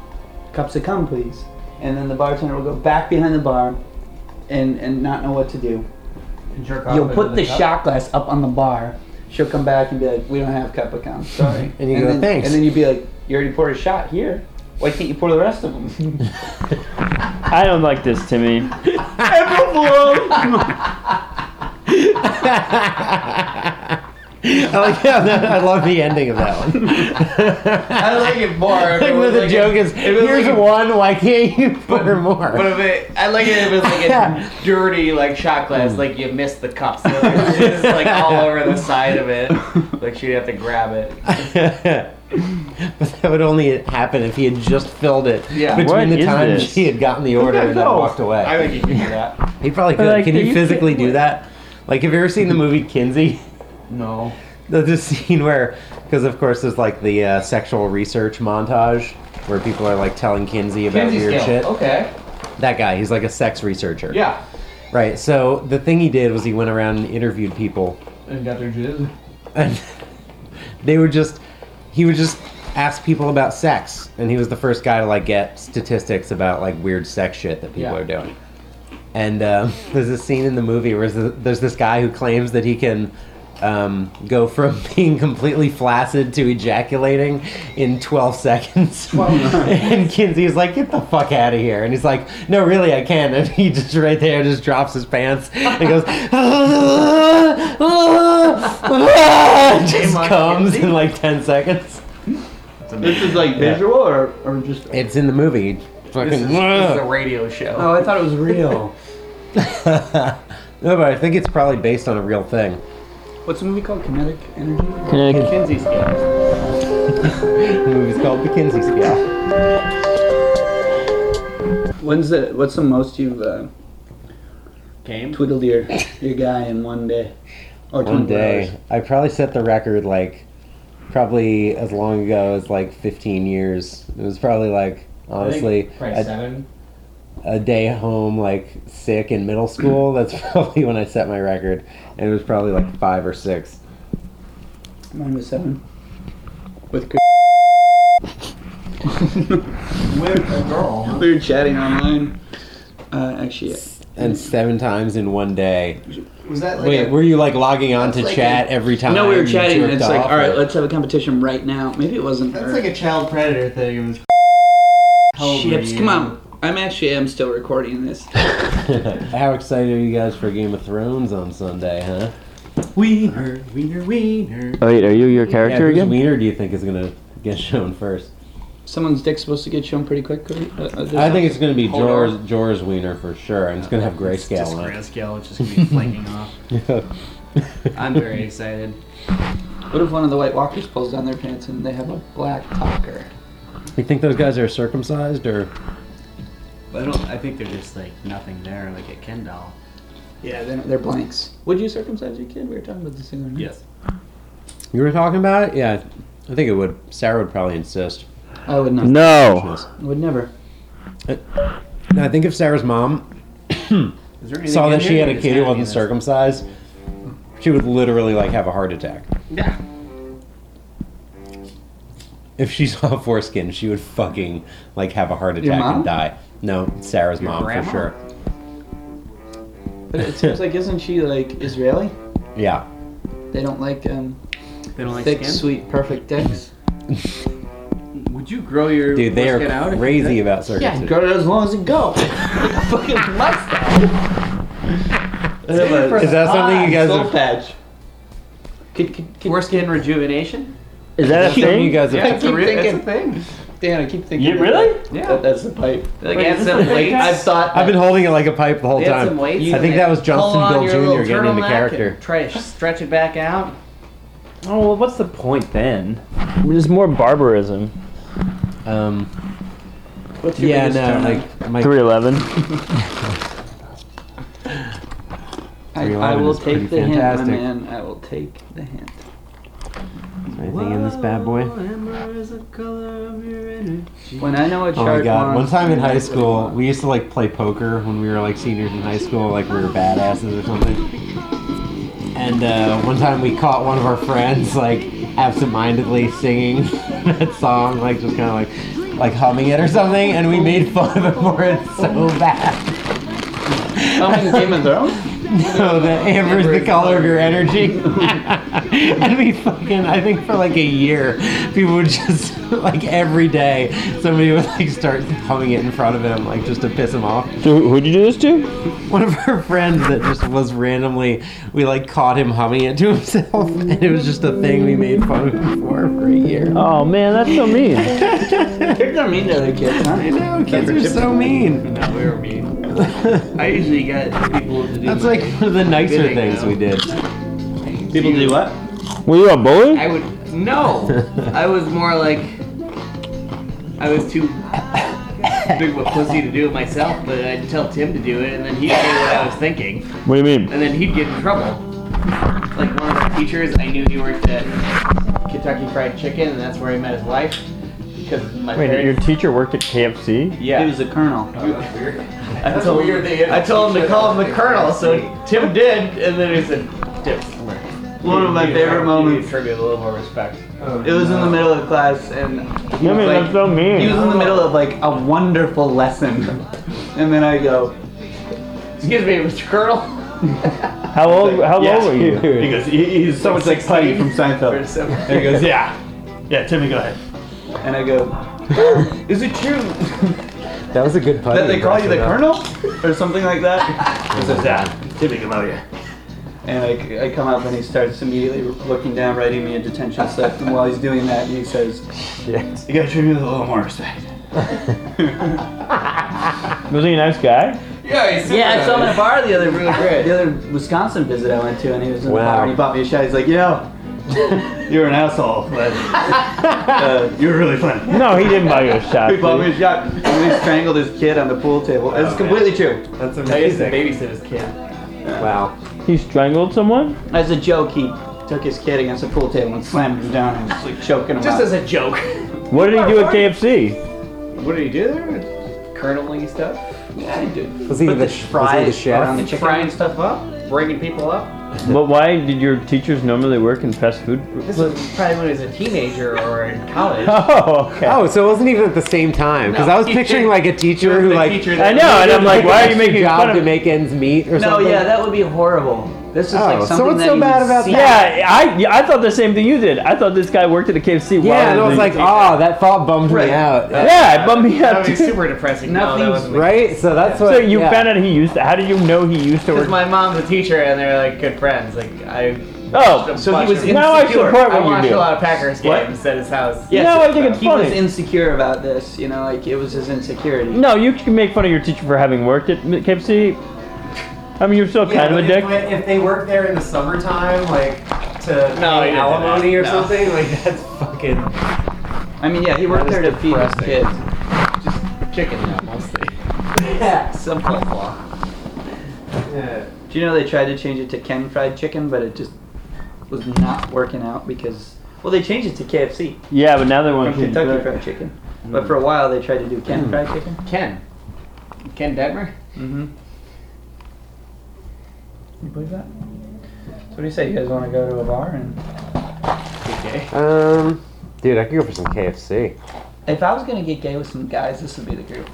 S5: cups of cum, please. And then the bartender will go back behind the bar and, and not know what to do.
S2: off
S5: You'll
S2: into
S5: put
S2: the
S5: the,
S2: cup?
S5: shot glass up on the bar. She'll come back and be like, we don't have cup of cum. Sorry.
S3: And you go,
S5: then,
S3: "Thanks."
S5: And then you'd be like, you already poured a shot here. Why can't you pour the rest of them?
S7: I don't like this, Timmy.
S3: I like how that, I love the ending of that one.
S2: I like it more. if
S3: Like
S2: it was
S3: with the
S2: like
S3: joke is,
S2: it was
S3: here's
S2: like a-
S3: one. Why can't you put more?
S2: But if it, I like it if it's like a dirty like shot glass, like you missed the cup, so it's just like all over the side of it. Like she'd have to grab it.
S3: but that would only happen if he had just filled it
S2: Yeah.
S3: between
S2: What
S3: the
S2: is
S3: time
S2: this?
S3: he had gotten the order and then
S2: No.
S3: walked away.
S2: I think you could do that.
S3: He probably
S2: But,
S3: could.
S2: like,
S3: Can
S2: do
S3: you
S2: you
S3: physically do that? Like, have you ever seen the movie Kinsey?
S5: No.
S3: There's this scene where, because of course, there's like the uh, sexual research montage, where people are like telling Kinsey about
S2: Kinsey
S3: weird
S2: scale.
S3: shit.
S2: Okay.
S3: That guy, he's like a sex researcher.
S2: Oh. Yeah.
S3: Right. So the thing he did was he went around and interviewed people
S2: And got their jizz.
S3: and they would just he would just ask people about sex and he was the first guy to like get statistics about like weird sex shit that people
S2: Yeah.
S3: are doing and um, there's this scene in the movie where there's th- there's this guy who claims that he can um, go from being completely flaccid to ejaculating in 12 seconds. and Kinsey's like, get the fuck out of here. And he's like, no, really, I can. And he just right there just drops his pants and goes, and just comes in like 10 seconds.
S6: This is like
S3: Yeah.
S6: visual or, or just.
S3: It's in the movie. Fucking,
S2: This is, this is a radio show.
S6: Oh, I thought it was real.
S3: no, but I think it's probably based on a real thing.
S5: What's the movie called? Kinetic Energy?
S3: Kinetic-
S5: Kinsey Scale.
S3: The movie's called The Kinsey Scale.
S5: When's the, what's the most you've uh,
S6: Game?
S5: twiddled your, your guy in one day? Or 24
S3: One day,
S5: hours?
S3: I probably set the record like probably as long ago as like 15 years. It was probably like honestly
S2: Probably
S3: a,
S2: seven.
S3: a day home like sick in middle school. That's probably when I set my record, and it was probably like five or six.
S5: Mine was seven. With
S2: Weird girl.
S5: We were chatting online. Uh, actually,
S3: And seven times in one day.
S2: Was that like
S3: Wait,
S2: a-
S3: were you like logging on to
S5: like
S3: chat
S5: a-
S3: every time?
S5: no, we were
S3: you
S5: chatting, and
S3: jerked
S5: it's like,
S3: off,
S5: all right,
S3: or-
S5: let's have a competition right now. Maybe it wasn't.
S2: That's
S5: her.
S2: like a child predator thing. It was How old were
S5: Ships,
S2: you?
S5: come on. I'm actually am still recording this.
S3: How excited are you guys for Game of Thrones on Sunday, huh?
S2: wiener, wiener, wiener.
S6: Oh, Wait, are you your character
S3: yeah,
S6: again?
S3: Which wiener do you think is gonna get shown first?
S5: Someone's dick's supposed to get shown pretty quick. right? Uh, uh,
S3: I think it's gonna be
S5: Hold
S3: Jor's Jor's wiener for sure, and it's gonna have grayscale
S2: Just
S3: on it.
S2: grayscale, it's just gonna be flaking off. I'm very excited.
S5: What if one of the White Walkers pulls down their pants and they have a black talker?
S3: you think those guys are circumcised or?
S1: I don't. I think they're just like nothing there, like at Ken doll.
S5: Yeah, they're, they're blanks. Would you circumcise your kid? We were talking about this the other night.
S1: Yes.
S3: You were talking about it? Yeah, I think it would. Sarah would probably insist.
S5: I would not.
S3: She
S7: No.
S3: is.
S5: I would never.
S3: And I think if Sarah's mom
S2: Is there
S3: saw
S2: anything
S3: that she
S2: in
S3: had
S2: here?
S3: a kid who
S2: It's
S3: wasn't
S2: gotta
S3: circumcised, she would literally like have a heart attack.
S2: be this. Yeah.
S3: If she saw a foreskin, she would fucking like have a heart
S5: Your
S3: attack
S5: mom?
S3: and die. No, Sarah's
S2: Your
S3: mom
S2: grandma?
S3: for sure.
S5: But it seems like isn't she like Israeli?
S3: Yeah.
S5: They don't like um,
S2: They don't like
S5: thick,
S2: skin?
S5: sweet, perfect dicks.
S12: Would you grow your
S3: Dude, they
S12: foreskin out
S3: are
S12: if-
S3: crazy about circumcision.
S5: grow it as long as it go. Like a fucking mustache.
S3: Is that something you guys
S5: Soul
S3: have?
S5: patch. Could, could, could,
S2: Foreskin rejuvenation?
S7: Is that a
S3: something You
S7: thing?
S3: guys have?
S5: I keep thinking,
S2: thing.
S5: Dan, I keep thinking.
S7: You-
S5: that-
S7: really?
S5: That, that's the pipe. Like, add some
S2: Wait,
S5: weight. I've thought.
S3: I've been holding it like a pipe the whole
S2: They had
S3: time.
S2: some weights
S3: I
S2: and
S3: think
S2: they
S3: that was
S2: pull on
S3: Johnston
S2: your little
S3: Bill Jr. getting into
S2: turtleneck
S3: character.
S2: and Try to stretch it back out.
S7: Oh, well, what's the point then? I mean, There's more barbarism.
S3: Um,
S5: What's your
S3: yeah,
S5: biggest
S3: no,
S5: turn?
S3: like my
S7: 311.
S5: I,
S3: three
S5: I
S3: eleven
S5: will
S3: is pretty
S5: take the hint, my
S3: fantastic.
S5: man. I will take the hint.
S3: anything in this bad boy.
S5: When I know a
S3: Oh
S5: chart.
S3: my god! One
S5: wants,
S3: time in
S5: I know
S3: high
S5: what it
S3: school,
S5: wants.
S3: we used to like play poker when we were like seniors in high school, like we were badasses or something. And uh, one time we caught one of our friends like absentmindedly singing that song, like just kind of like like humming it or something, and we made fun of him for it so bad.
S5: Coming Game of Thrones?
S3: No, the amber is the color of your energy. and we fucking, I think for like a year, people would just, like every day, somebody would like start humming it in front of him, like just to piss him off.
S7: Who, who'd you do this to?
S3: One of our friends that just was randomly, we like caught him humming it to himself, and it was just a thing we made fun of him for for a year.
S7: Oh man, that's so mean.
S5: Kids are mean to other kids, huh?
S3: I know, kids are so mean.
S12: No, we were mean. I usually got people to do.
S3: That's
S12: my-
S3: like one of the nicer things we did.
S5: People do what?
S7: Were you a bully?
S12: I would no. I was more like I was too big of a pussy to do it myself, but I'd tell Tim to do it, and then he'd do what I was thinking,
S7: What do you mean?
S12: and then he'd get in trouble. Like one of our teachers, I knew he worked at Kentucky Fried Chicken, and that's where he met his wife. because my
S13: Wait, your
S12: parents.
S13: teacher worked at KFC?
S12: Yeah. He was
S5: a colonel.
S12: I
S13: That's
S12: told,
S13: a weird thing,
S12: him,
S13: yeah.
S12: I told him to call him the colonel, so Tim did, and then he said, Tim.
S5: One of my favorite moments.
S12: Tribute a little more respect.
S5: It was in the middle of class, and he
S12: I
S5: was,
S12: mean,
S5: like,
S12: that's so mean.
S5: he was in the middle of like a wonderful lesson, and then I go,
S12: "Excuse me, Mr. Colonel."
S13: How old? How
S5: Yeah.
S13: old were you?
S5: He goes, he, he's so much like Putty from Seinfeld. And he goes, yeah, yeah, Timmy, go ahead. And I go, is it true
S13: That was a good pun.
S5: that they call you the Colonel or something like that? He says, yeah, uh, Timmy, come out here. And I, I come up and he starts immediately looking down, writing me a detention slip. And while he's doing that, he says, you gotta treat me with a little more respect.
S13: Was he a nice guy?
S5: Yeah,
S12: he's super
S5: yeah. I saw him in a
S12: nice.
S5: bar the other really great. the other Wisconsin visit I went to, and he was in the
S13: Wow.
S5: bar and he bought me a shot. He's like, you know, you're an asshole, but uh, you're really funny.
S13: No, he didn't buy you a shot.
S5: He bought me a shot, and then he strangled his kid on the pool table. That's completely true. That's
S13: amazing.
S5: He used to babysit his kid.
S13: Wow. He strangled someone?
S5: As a joke, he took his kid against the pool table and slammed him down and was like choking him.
S2: Just
S5: out.
S2: as a joke.
S13: What did he do at KFC?
S2: What did he do there? Colonel-y stuff?
S5: Yeah, he did.
S13: Was he the- was he the chef?
S2: Frying stuff up? Bringing people up?
S13: But why did your teachers normally work in fast food?
S2: This was probably when he was a teenager or in college.
S13: Oh, okay.
S3: Oh, so it wasn't even at the same time because
S2: No.
S3: I was picturing like a teacher who like
S2: teacher that- I know, and I'm
S3: took
S13: like, why
S3: an
S13: are you
S3: extra
S13: making
S3: job
S13: fun of-
S3: to make ends meet or
S5: no,
S3: something?
S5: Oh, yeah, that would be horrible. This is
S3: Oh,
S5: like
S3: so
S5: something
S3: what's
S5: that
S3: so
S5: you
S3: bad
S5: would
S3: about
S5: see.
S13: Yeah, I yeah, I thought the same thing you did. I thought this guy worked at a KFC. while
S3: Yeah, and I was
S13: a
S3: like,
S13: teacher.
S3: oh, that thought bummed me out.
S13: yeah, it bummed me out.
S2: That was super depressing. No, that wasn't-
S3: right. So that's what.
S13: So you
S3: yeah.
S13: found out he used. How did you know he used to work?
S2: Because my mom's a teacher and they're like good friends. Like I.
S13: Oh,
S2: watched a
S13: so he
S2: bunch
S13: was
S2: of-
S13: Now I insecure. support
S2: I
S13: what you
S2: watched
S13: do.
S2: a lot of Packers
S13: What?
S2: games at his house.
S5: Yeah,
S13: No, I think it's
S5: he
S13: funny.
S5: was insecure about this. You know, like it was his insecurity.
S13: No, you can make fun of your teacher for having worked at KFC. I mean, you're still kind of a dick.
S3: If they work there in the summertime, like to
S2: No,
S3: pay
S2: he didn't do
S3: alimony
S2: that.
S3: or
S2: No.
S3: something, like that's fucking.
S5: I mean, yeah, he worked there to feed his kids.
S2: Chicken now mostly.
S3: Yeah.
S5: Some Do you know they tried to change it to Ken Fried Chicken, but it just was not working out because well, they changed it to KFC
S13: Yeah, but now they want
S5: from
S13: you to do
S5: Kentucky
S13: it.
S5: Fried Chicken, but for a while they tried to do Ken Fried Chicken.
S2: Ken. Ken Detmer.
S5: Mm-hmm. You believe that? So what do you say? You guys want to go to a bar and?
S2: Okay.
S3: Um, dude, I could go for some KFC.
S5: If I was gonna get gay with some guys, this would be the group.